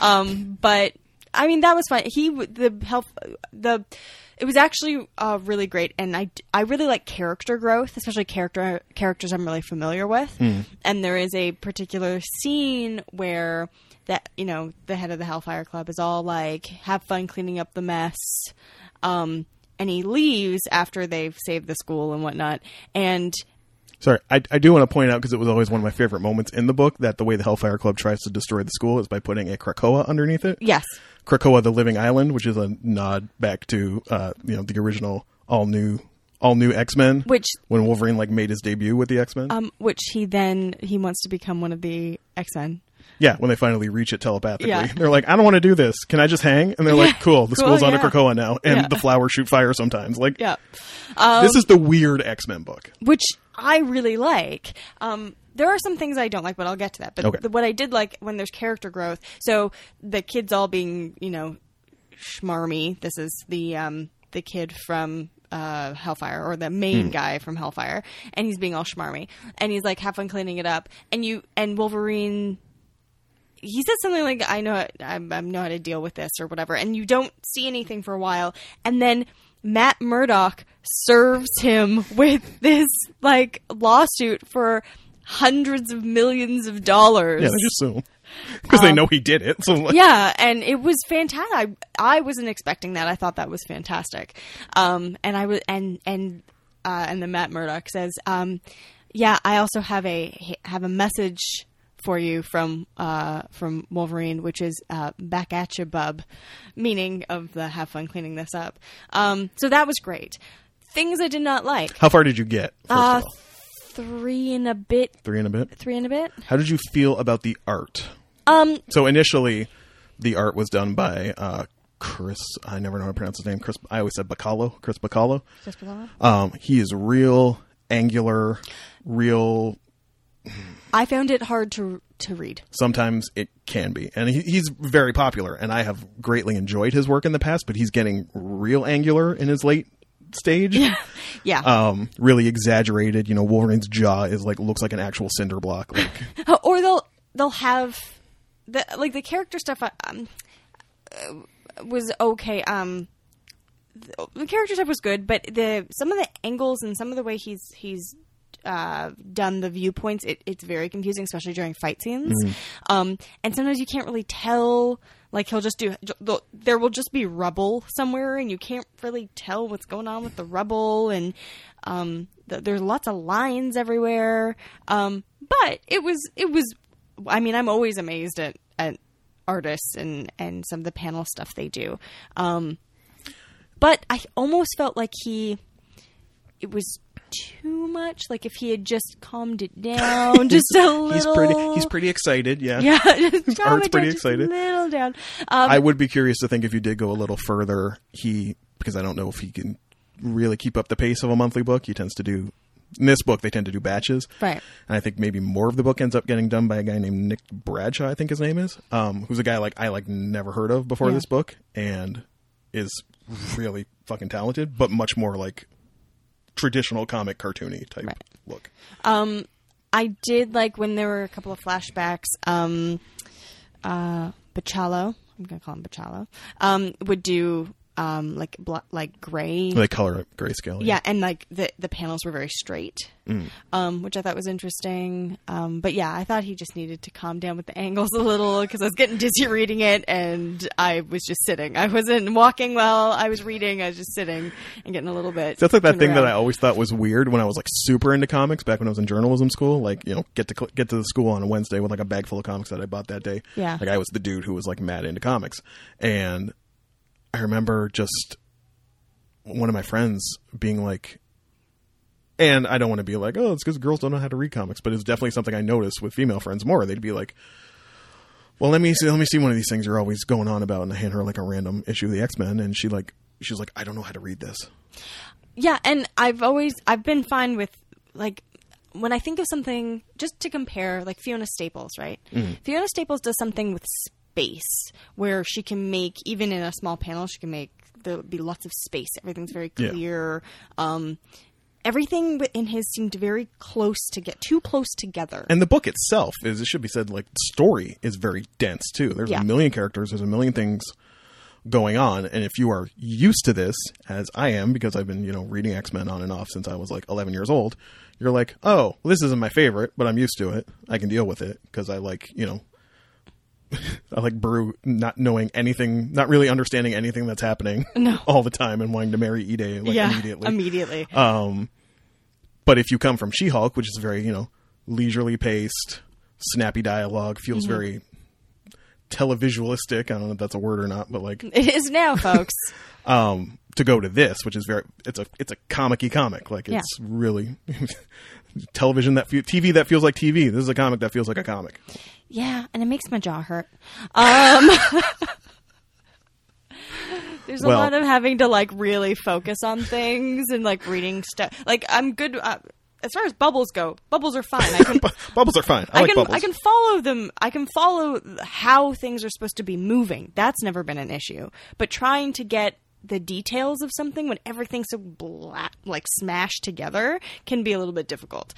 Speaker 2: Um, but I mean, that was fun. He w- the health the. It was actually uh, really great, and I, I really like character growth, especially character characters I'm really familiar with. And there is a particular scene where that you know the head of the Hellfire Club is all like, "Have fun cleaning up the mess," um, and he leaves after they've saved the school and whatnot. And
Speaker 1: Sorry, I, I do want to point out because it was always one of my favorite moments in the book that the way the Hellfire Club tries to destroy the school is by putting a Krakoa underneath it.
Speaker 2: yes,
Speaker 1: Krakoa, the living island, which is a nod back to uh, you know the original all new all new X Men,
Speaker 2: which
Speaker 1: when Wolverine like made his debut with the X Men.
Speaker 2: um, which he then he wants to become one of the X Men.
Speaker 1: Yeah, when they finally reach it telepathically,
Speaker 2: Yeah.
Speaker 1: they're like, "I don't want to do this. Can I just hang?" And they're like, "Cool. The
Speaker 2: cool,
Speaker 1: school's on a
Speaker 2: yeah.
Speaker 1: Krakoa now, and
Speaker 2: Yeah.
Speaker 1: the flowers shoot fire sometimes." Like,
Speaker 2: Yeah, Um,
Speaker 1: this is the weird X Men book.
Speaker 2: which I really like. Um, there are some things I don't like, but I'll get to that. But
Speaker 1: Okay.
Speaker 2: the, what I did like when there's character growth, so the kids all being you know schmarmy. This is the um, the kid from. Uh, Hellfire or the main guy from Hellfire, and he's being all schmarmy, and he's like, "Have fun cleaning it up." And you and Wolverine he says something like, "I know I, I know how to deal with this" or whatever, and you don't see anything for a while, and then Matt Murdock serves him with this like lawsuit for hundreds of millions of dollars.
Speaker 1: Yeah, they just assume because they know he did it. So like,
Speaker 2: Um, Yeah, and it was fantastic. I, I wasn't expecting that. I thought that was fantastic. Um, and I was and and uh, and the Matt Murdock says, um, yeah, I also have a have a message for you from uh, from Wolverine, which is uh, "back at ya, bub," meaning of the "have fun cleaning this up." Um, so that was great. Things I did not like.
Speaker 1: How far did you get? First
Speaker 2: Uh,
Speaker 1: of all?
Speaker 2: three and a bit.
Speaker 1: Three and a bit.
Speaker 2: Three and a bit.
Speaker 1: How did you feel about the art?
Speaker 2: Um,
Speaker 1: So initially, the art was done by uh, Chris. I never know how to pronounce his name. Chris. I always said Bacallo. Chris Bacallo.
Speaker 2: just below.
Speaker 1: Um, he is real angular, real.
Speaker 2: I found it hard to to read.
Speaker 1: Sometimes it can be, and he, he's very popular. And I have greatly enjoyed his work in the past, but he's getting real angular in his late stage.
Speaker 2: Yeah.
Speaker 1: Um, really exaggerated. You know, Wolverine's jaw is like looks like an actual cinder block. Like,
Speaker 2: or they'll they'll have the like the character stuff um, uh, was okay um the, the character stuff was good but the some of the angles and some of the way he's he's uh, done the viewpoints it, it's very confusing especially during fight scenes um, and sometimes you can't really tell like he'll just do they'll- there will just be rubble somewhere and you can't really tell what's going on with the rubble and um, th- there's lots of lines everywhere um, but it was it was I mean, I'm always amazed at, at artists and, and some of the panel stuff they do. Um, but I almost felt like he, it was too much. Like if he had just calmed it down just a little.
Speaker 1: he's pretty. He's pretty excited.
Speaker 2: Yeah, just calm
Speaker 1: art's
Speaker 2: it down
Speaker 1: pretty
Speaker 2: just
Speaker 1: excited.
Speaker 2: a little down. Um,
Speaker 1: I would be curious to think if you did go a little further, he because I don't know if he can really keep up the pace of a monthly book. He tends to do in this book they tend to do batches,
Speaker 2: Right.
Speaker 1: And I think maybe more of the book ends up getting done by a guy named Nick Bradshaw, I think his name is, um, who's a guy like I like never heard of before
Speaker 2: Yeah.
Speaker 1: this book, and is really fucking talented, but much more like traditional comic cartoony type
Speaker 2: Right.
Speaker 1: look.
Speaker 2: Um, I did like when there were a couple of flashbacks. Um, uh, Bachalo, I'm gonna call him Bachalo, um, would do um like bl- like gray
Speaker 1: They color it grayscale.
Speaker 2: yeah and like the the panels were very straight
Speaker 1: Mm.
Speaker 2: um which i thought was interesting um but yeah i thought he just needed to calm down with the angles a little because i was getting dizzy reading it and i was just sitting i wasn't walking well i was reading i was just sitting and getting a little bit
Speaker 1: That's like that thing that I
Speaker 2: around.
Speaker 1: always thought was weird when I was like super into comics back when I was in journalism school. Like, you know, get to cl- get to the school on a Wednesday with like a bag full of comics that I bought that day.
Speaker 2: Yeah.
Speaker 1: Like I was the dude who was like mad into comics. And I remember just one of my friends being like and I don't want to be like, oh, it's because girls don't know how to read comics, but it's definitely something I notice with female friends more. They'd be like, well, let me see, let me see one of these things you're always going on about, and I hand her like a random issue of the X Men, and she like, she's like, I don't know how to read this.
Speaker 2: Yeah, and I've always I've been fine with like when I think of something just to compare like Fiona Staples, right?
Speaker 1: Mm-hmm.
Speaker 2: Fiona Staples does something with space where she can make even in a small panel she can make there'll be lots of space. Everything's very
Speaker 1: Yeah.
Speaker 2: clear. Um everything wi- in his seemed very close to get too close together.
Speaker 1: And the book itself is, it should be said, like story is very dense too. There's
Speaker 2: Yeah.
Speaker 1: a million characters, there's a million things going on, and if you are used to this, as I am, because I've been you know reading X Men on and off since I was like 11 years old, you're like, oh, well, this isn't my favorite, but I'm used to it. I can deal with it because I like you know. I like Brew not knowing anything, not really understanding anything that's happening all the time, and wanting to marry Ide like immediately. Uh,
Speaker 2: immediately.
Speaker 1: But if you come from She Hulk, which is very, you know, leisurely paced, snappy dialogue, feels
Speaker 2: Mm-hmm.
Speaker 1: very televisualistic. I don't know if that's a word or not, but like
Speaker 2: it is now, folks.
Speaker 1: um to go to this, which is very it's a it's a comic comic. Like
Speaker 2: Yeah.
Speaker 1: it's really television that fe- TV that feels like TV. This is a comic that feels like a comic.
Speaker 2: Yeah, and it makes my jaw hurt. Um, there's a
Speaker 1: Well-
Speaker 2: lot of having to like really focus on things and like reading stuff. Like I'm good uh, as far as bubbles go. Bubbles are fine. I can
Speaker 1: Bu- bubbles are fine. I,
Speaker 2: I
Speaker 1: like
Speaker 2: can
Speaker 1: bubbles.
Speaker 2: I can follow them. I can follow how things are supposed to be moving. That's never been an issue. But trying to get the details of something when everything's so bla- like smashed together can be a little bit difficult.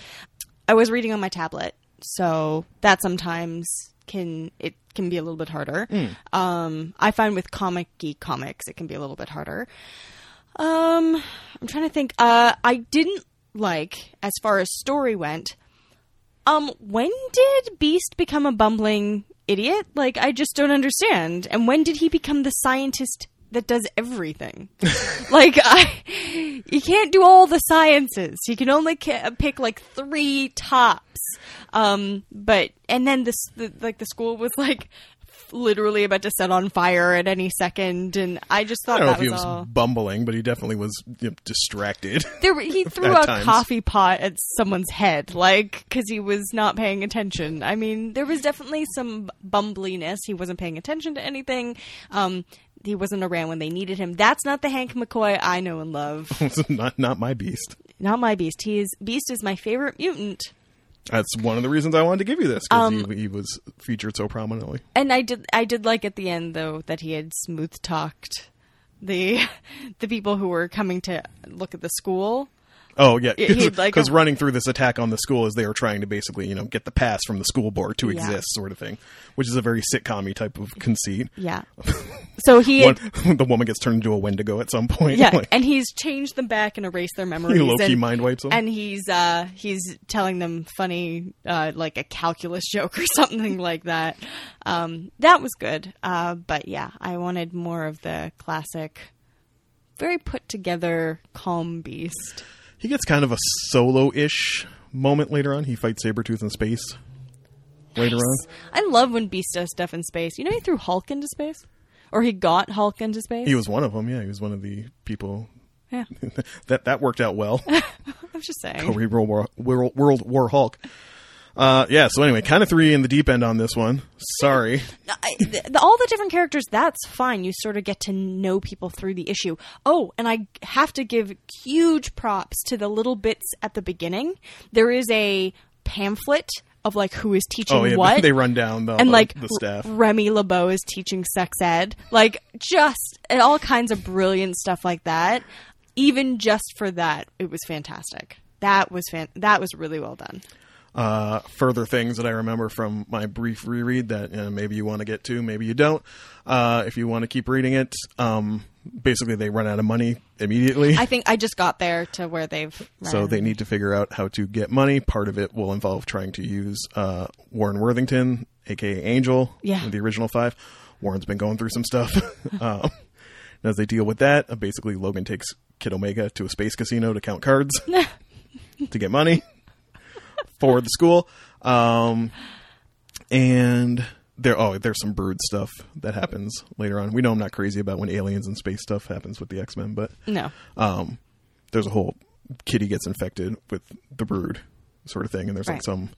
Speaker 2: I was reading on my tablet, so that sometimes can it can be a little bit harder.
Speaker 1: Mm.
Speaker 2: Um, I find with comic geek comics it can be a little bit harder. Um, I'm trying to think. Uh, I didn't like as far as story went. Um, when did Beast become a bumbling idiot? Like, I just don't understand. And when did he become the scientist that does everything? like, I, he can't do all the sciences. He can only ca- pick like three tops. Um, but and then this the, like the school was like literally about to set on fire at any second, and I just
Speaker 1: I
Speaker 2: thought
Speaker 1: don't know
Speaker 2: that
Speaker 1: if he
Speaker 2: was,
Speaker 1: was
Speaker 2: all.
Speaker 1: bumbling, but he definitely was you know, distracted.
Speaker 2: There, were- he threw
Speaker 1: at
Speaker 2: a
Speaker 1: times.
Speaker 2: coffee pot at someone's head, like because he was not paying attention. I mean, there was definitely some bumbliness. He wasn't paying attention to anything. Um, he wasn't around when they needed him. That's not the Hank McCoy I know and love.
Speaker 1: not not my beast.
Speaker 2: not my Beast. He is Beast is my favorite mutant.
Speaker 1: That's one of the reasons I wanted to give you this
Speaker 2: Um,
Speaker 1: because he, he was featured so prominently.
Speaker 2: And I did I did like at the end though that he had smooth talked the the people who were coming to look at the school.
Speaker 1: Oh yeah,
Speaker 2: He- he'd
Speaker 1: because
Speaker 2: like a-
Speaker 1: running through this attack on the school is they were trying to basically you know get the pass from the school board to
Speaker 2: Yeah.
Speaker 1: exist, sort of thing, which is a very sitcom type of conceit.
Speaker 2: Yeah. So he had,
Speaker 1: One, the woman gets turned into a Wendigo at some point.
Speaker 2: yeah,
Speaker 1: Like,
Speaker 2: and he's changed them back and erased their memories.
Speaker 1: he low key
Speaker 2: and,
Speaker 1: mind wipes them.
Speaker 2: and he's uh he's telling them funny uh like a calculus joke or something like that. Um that was good. Uh but yeah, I wanted more of the classic very put together calm beast.
Speaker 1: he gets kind of a solo ish moment later on. He fights Sabretooth in space later on.
Speaker 2: I love when Beast does stuff in space. You know, he threw Hulk into space, or he got Hulk into space.
Speaker 1: He was one of them. Yeah, he was one of the people
Speaker 2: yeah,
Speaker 1: that that worked out well.
Speaker 2: I'm just
Speaker 1: Or
Speaker 2: saying.
Speaker 1: we World War, World, World War Hulk. Uh, yeah. So anyway, kind of three in the deep end on this one. Sorry.
Speaker 2: No, I, th the, all the different characters, that's fine. You sort of get to know people through the issue. Oh, and I have to give huge props to the little bits at the beginning. There is a pamphlet of like who is teaching
Speaker 1: Oh yeah,
Speaker 2: what.
Speaker 1: they run down the
Speaker 2: and like
Speaker 1: the staff.
Speaker 2: R- Remy LeBeau is teaching sex ed, like just and all kinds of brilliant stuff like that. Even just for that, it was fantastic. That was fan- that was really well done.
Speaker 1: uh, further things that I remember from my brief reread that uh, maybe you want to get to, maybe you don't. Uh, if you want to keep reading it, um, basically they run out of money immediately.
Speaker 2: I think I just got there to where they've
Speaker 1: so they need to figure out how to get money. Part of it will involve trying to use uh, Warren Worthington, aka Angel,
Speaker 2: Yeah.
Speaker 1: the original five. Warren's been going through some stuff. um, and as they deal with that, uh, basically Logan takes Kid Omega to a space casino to count cards to get money for the school. Um, and there, oh, there's some brood stuff that happens later on. We know I'm not crazy about when aliens and space stuff happens with the X Men, but
Speaker 2: no.
Speaker 1: um, there's a whole kitty gets infected with the brood sort of thing, and there's like
Speaker 2: Right.
Speaker 1: some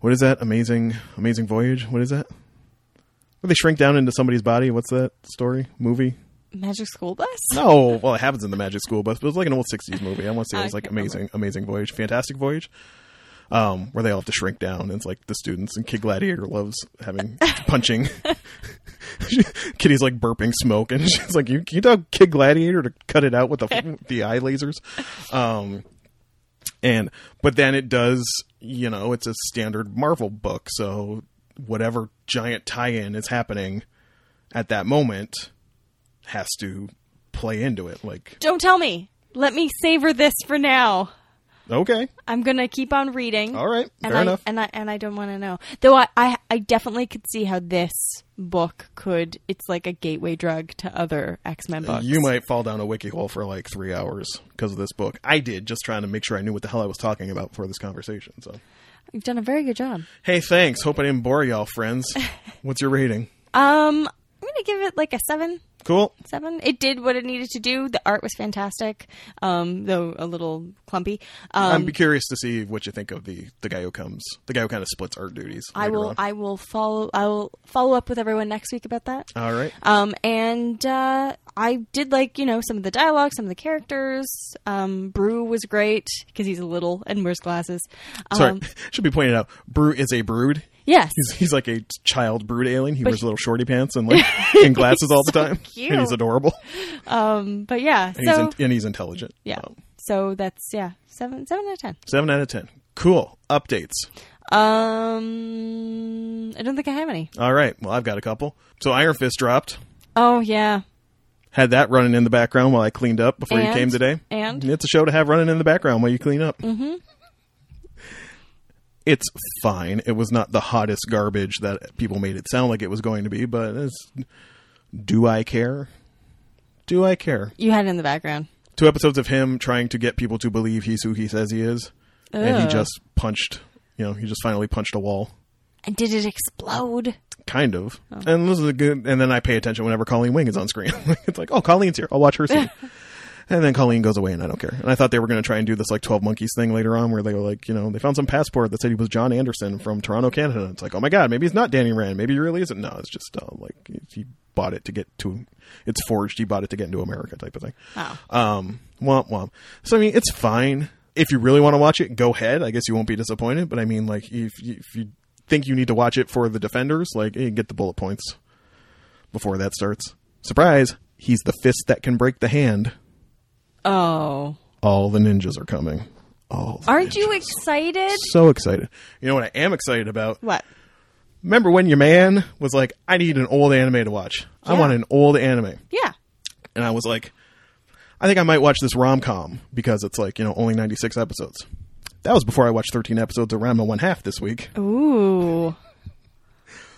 Speaker 1: what is that amazing amazing voyage? What is that? Where they shrink down into somebody's body? What's that story movie?
Speaker 2: Magic School Bus.
Speaker 1: No, well, it happens in the Magic School Bus, but it was like an old '60s movie. I want to say it was
Speaker 2: I
Speaker 1: like
Speaker 2: can't remember.
Speaker 1: amazing, amazing voyage, fantastic voyage, um, where they all have to shrink down. And it's like the students and Kid Gladiator loves having punching. Kitty's like burping smoke, and she's like, "You can you tell Kid Gladiator to cut it out with the the eye lasers." Um, and but then it does, you know, it's a standard Marvel book, so whatever giant tie-in is happening at that moment has to play into it. Like,
Speaker 2: Don't tell me. Let me savor this for now.
Speaker 1: okay,
Speaker 2: I'm gonna keep on reading.
Speaker 1: all right,
Speaker 2: and
Speaker 1: fair
Speaker 2: I,
Speaker 1: enough.
Speaker 2: And I and I don't want to know. Though I, I I definitely could see how this book could. It's like a gateway drug to other X Men books.
Speaker 1: Uh, you might fall down a wiki hole for like three hours because of this book. I did just trying to make sure I knew what the hell I was talking about for this conversation. So,
Speaker 2: You've done a very good job.
Speaker 1: hey, thanks. Hope I didn't bore y'all, friends. What's your rating?
Speaker 2: Um, I'm gonna give it like a seven.
Speaker 1: Cool.
Speaker 2: Seven. It did what it needed to do. The art was fantastic, um, though a little clumpy. Um,
Speaker 1: I'd be curious to see what you think of the the guy who comes, the guy who kind of splits art duties.
Speaker 2: I
Speaker 1: later
Speaker 2: will.
Speaker 1: on.
Speaker 2: I will follow. I will follow up with everyone next week about that.
Speaker 1: All right.
Speaker 2: Um, and uh, I did like you know some of the dialogue, some of the characters. Um, Brew was great because he's little and wears glasses. Um,
Speaker 1: Sorry, should be pointed out. Brew is a brood.
Speaker 2: Yes.
Speaker 1: He's, he's like a child brood alien. He wears
Speaker 2: he-
Speaker 1: little shorty pants and like and glasses all the
Speaker 2: so
Speaker 1: time,
Speaker 2: cute.
Speaker 1: and he's adorable.
Speaker 2: Um, but yeah.
Speaker 1: And,
Speaker 2: So
Speaker 1: he's in, and he's intelligent.
Speaker 2: yeah.
Speaker 1: Um,
Speaker 2: So that's yeah seven seven out of ten.
Speaker 1: Seven out of ten. Cool. Updates.
Speaker 2: Um, I don't think I have any.
Speaker 1: All right. Well, I've got a couple. So Iron Fist dropped.
Speaker 2: Oh yeah.
Speaker 1: Had that running in the background while I cleaned up before you
Speaker 2: And-
Speaker 1: came today.
Speaker 2: and?
Speaker 1: it's a show to have running in the background while you clean up. Mm-hmm. It's fine. It was not the hottest garbage that people made it sound like it was going to be, but it's, do I care? Do I care?
Speaker 2: You had it in the background.
Speaker 1: Two episodes of him trying to get people to believe he's who he says he is, and he
Speaker 2: Ugh.
Speaker 1: just punched You know, he just finally punched a wall.
Speaker 2: And did it explode?
Speaker 1: Kind of. And this is a good. And then I pay attention whenever Colleen Wing is on screen. it's like, oh, Colleen's here. I'll watch her scene. and then Colleen goes away, and I don't care. And I thought they were going to try and do this like Twelve Monkeys thing later on, where they were like, you know, they found some passport that said he was John Anderson from Toronto, Canada. It's like, oh my god, maybe he's not Danny Rand. Maybe he really isn't. No, it's just uh, like he bought it to get to. It's forged. He bought it to get into America, type of thing.
Speaker 2: Oh.
Speaker 1: Um, womp womp. So I mean, it's fine if you really want to watch it. Go ahead. I guess you won't be disappointed. But I mean, like if you, if you think you need to watch it for the defenders, like eh, get the bullet points before that starts. Surprise! He's the fist that can break the hand.
Speaker 2: Oh.
Speaker 1: All the ninjas are coming. All the
Speaker 2: Aren't
Speaker 1: ninjas.
Speaker 2: you excited?
Speaker 1: so excited? You know what I am excited about?
Speaker 2: What?
Speaker 1: Remember when your man was like, "I need an old anime to watch. I
Speaker 2: Yeah.
Speaker 1: want an old anime."
Speaker 2: Yeah.
Speaker 1: and I was like, I think I might watch this rom com because it's like you know only ninety six episodes. That was before I watched thirteen episodes of Ranma One Half this week,
Speaker 2: Oh. Ooh.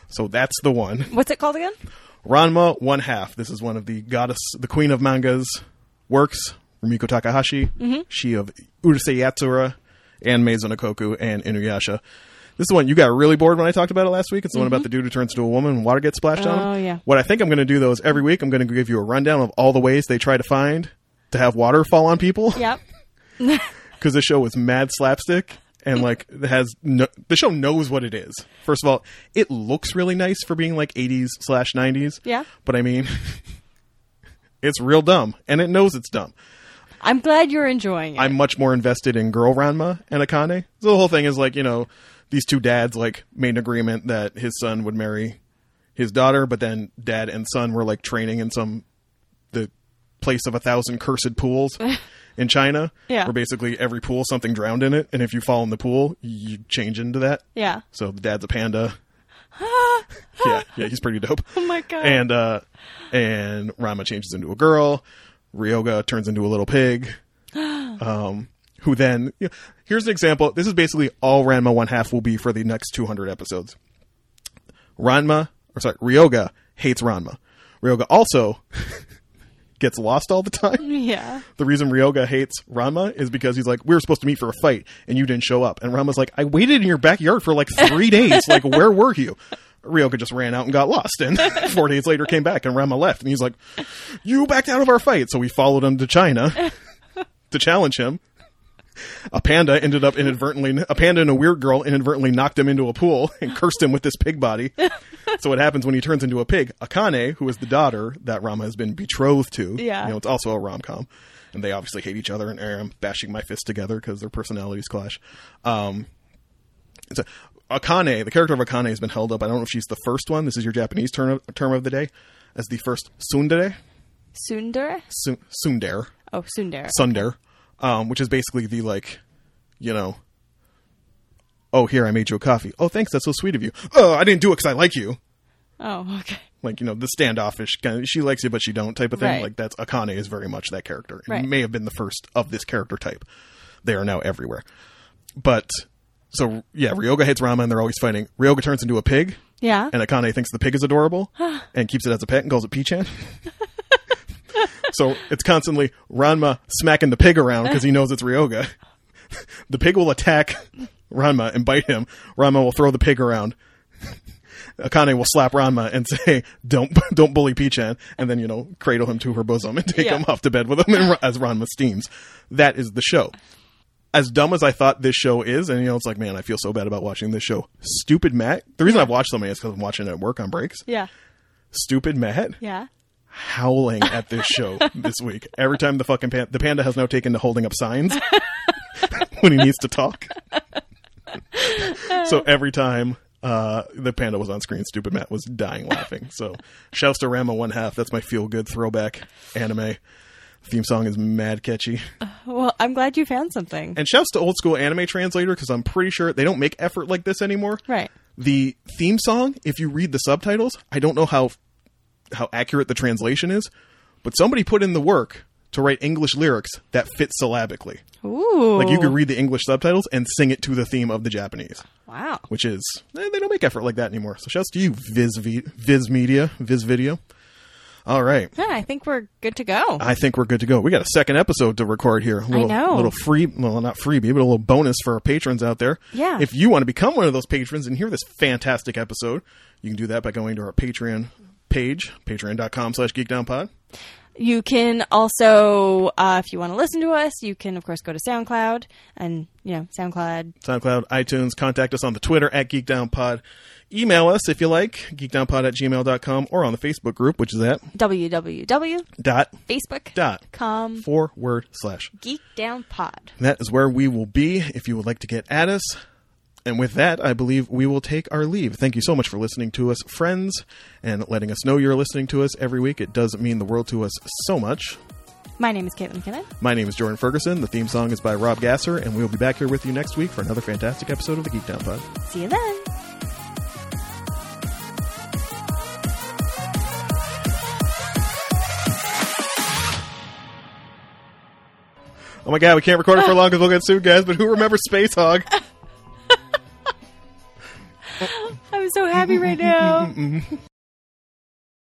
Speaker 1: so that's the one.
Speaker 2: What's it called again?
Speaker 1: Ranma One Half. This is one of the goddess, the queen of mangas works, Rumiko Takahashi.
Speaker 2: Mm-hmm.
Speaker 1: She of Urusei Yatsura and Meizo no Koku and Inuyasha. This is one you got really bored when I talked about it last week. It's the one about the dude who turns into a woman and water gets splashed on him.
Speaker 2: Mm-hmm. Oh, yeah.
Speaker 1: What I think I'm going to do though is every week I'm going to give you a rundown of all the ways they try to find to have water fall on people.
Speaker 2: Yep.
Speaker 1: because the show was mad slapstick and like it has no, the show knows what it is. First of all, it looks really nice for being like 80s slash 90s.
Speaker 2: Yeah.
Speaker 1: but I mean, it's real dumb, and it knows it's dumb.
Speaker 2: I'm glad you're enjoying it.
Speaker 1: I'm much more invested in girl Ranma and Akane. So the whole thing is like you know these two dads like made an agreement that his son would marry his daughter, but then dad and son were like training in some the place of a thousand cursed pools in China.
Speaker 2: Yeah.
Speaker 1: where basically every pool something drowned in it, and if you fall in the pool, you change into that.
Speaker 2: yeah.
Speaker 1: So the dad's a panda. yeah, yeah, he's pretty dope.
Speaker 2: Oh my god.
Speaker 1: And uh and Rama changes into a girl. Ryoga turns into a little pig. Um who then you know, here's an example. This is basically all Ranma one half will be for the next two hundred episodes. Ranma or sorry, Ryoga hates Ranma. Ryoga also gets lost all the time.
Speaker 2: yeah.
Speaker 1: The reason Ryoga hates Ranma is because he's like, We were supposed to meet for a fight and you didn't show up. And Ranma's like, I waited in your backyard for like three days. Like, where were you? Ryoga just ran out and got lost. And four days later came back and Ranma left. And he's like, You backed out of our fight. So we followed him to China to challenge him. A panda ended up inadvertently, a panda and a weird girl inadvertently knocked him into a pool and cursed him with this pig body. so what happens when he turns into a pig? Akane, who is the daughter that Rama has been betrothed to,
Speaker 2: Yeah.
Speaker 1: you know, it's also a rom com, and they obviously hate each other. And I'm bashing my fist together because their personalities clash. Um, it's a, Akane, the character of Akane has been held up. I don't know if she's the first one. This is your Japanese term of, term of the day, as the first tsundere,
Speaker 2: Sundere?
Speaker 1: Su- tsundere,
Speaker 2: Oh, Sundere.
Speaker 1: Sunder, um, which is basically the like, you know, oh here I made you a coffee. Oh thanks, that's so sweet of you. Oh I didn't do it because I like you.
Speaker 2: Oh, okay.
Speaker 1: Like you know the standoffish kind of she likes you but she don't type of thing.
Speaker 2: Right.
Speaker 1: Like that's Akane is very much that character. It
Speaker 2: Right.
Speaker 1: may have been the first of this character type. They are now everywhere. But so yeah, Ryoga hates Rama and they're always fighting. Ryoga turns into a pig
Speaker 2: Yeah.
Speaker 1: and Akane thinks the pig is adorable and keeps it as a pet and calls it Peachan. so it's constantly Ranma smacking the pig around because he knows it's Ryoga. the pig will attack Ranma and bite him. Ranma will throw the pig around. Akane will slap Ranma and say, "Don't don't bully Peachan," and then you know cradle him to her bosom and take
Speaker 2: Yeah.
Speaker 1: him off to bed with him and, as Ranma steams. That is the show as dumb as I thought this show is, and you know, it's like, man, I feel so bad about watching this show. Stupid Matt. The reason I've watched so many is because I'm watching it at work on breaks.
Speaker 2: Yeah.
Speaker 1: Stupid Matt
Speaker 2: Yeah.
Speaker 1: howling at this show this week. Every time the fucking pan- the panda has now taken to holding up signs when he needs to talk. so every time uh, the panda was on screen, stupid Matt was dying laughing. So shouts to Rama One Half. That's my feel good throwback anime. Theme song is mad catchy.
Speaker 2: Well, I'm glad you found something.
Speaker 1: And shouts to old school anime translator because I'm pretty sure they don't make effort like this anymore.
Speaker 2: Right.
Speaker 1: The theme song, if you read the subtitles, I don't know how how accurate the translation is, but somebody put in the work to write English lyrics that fit syllabically.
Speaker 2: Ooh.
Speaker 1: Like you could read the English subtitles and sing it to the theme of the Japanese,
Speaker 2: Wow.
Speaker 1: which is eh, they don't make effort like that anymore. So shouts to you, Viz v- Viz Media, Viz Video. All right.
Speaker 2: Yeah, I think we're good to go.
Speaker 1: I think we're good to go. We got a second episode to record here. A little,
Speaker 2: know.
Speaker 1: little free, well, not freebie, but a little bonus for our patrons out there.
Speaker 2: Yeah.
Speaker 1: If you want to become one of those patrons and hear this fantastic episode, you can do that by going to our Patreon page, patreon.com slash geekdownpod.
Speaker 2: You can also, uh, if you want to listen to us, you can of course go to SoundCloud and you know SoundCloud.
Speaker 1: SoundCloud, iTunes. Contact us on the Twitter at geekdownpod. Email us if you like, geekdownpod at gmail.com or on the Facebook group, which is at
Speaker 2: www.facebook.com
Speaker 1: dot dot forward slash
Speaker 2: geek down pod.
Speaker 1: That is where we will be if you would like to get at us. And with that, I believe we will take our leave. Thank you so much for listening to us, friends, and letting us know you're listening to us every week. It does mean the world to us so much.
Speaker 2: My name is Caitlin Kinnan.
Speaker 1: My name is Jordan Ferguson. The theme song is by Rob Gasser, and we'll be back here with you next week for another fantastic episode of the Geek Down Pod.
Speaker 2: See you then.
Speaker 1: Oh my god, we can't record it for long because we'll get sued, guys. But who remembers Space Hog?
Speaker 2: I'm so happy right now.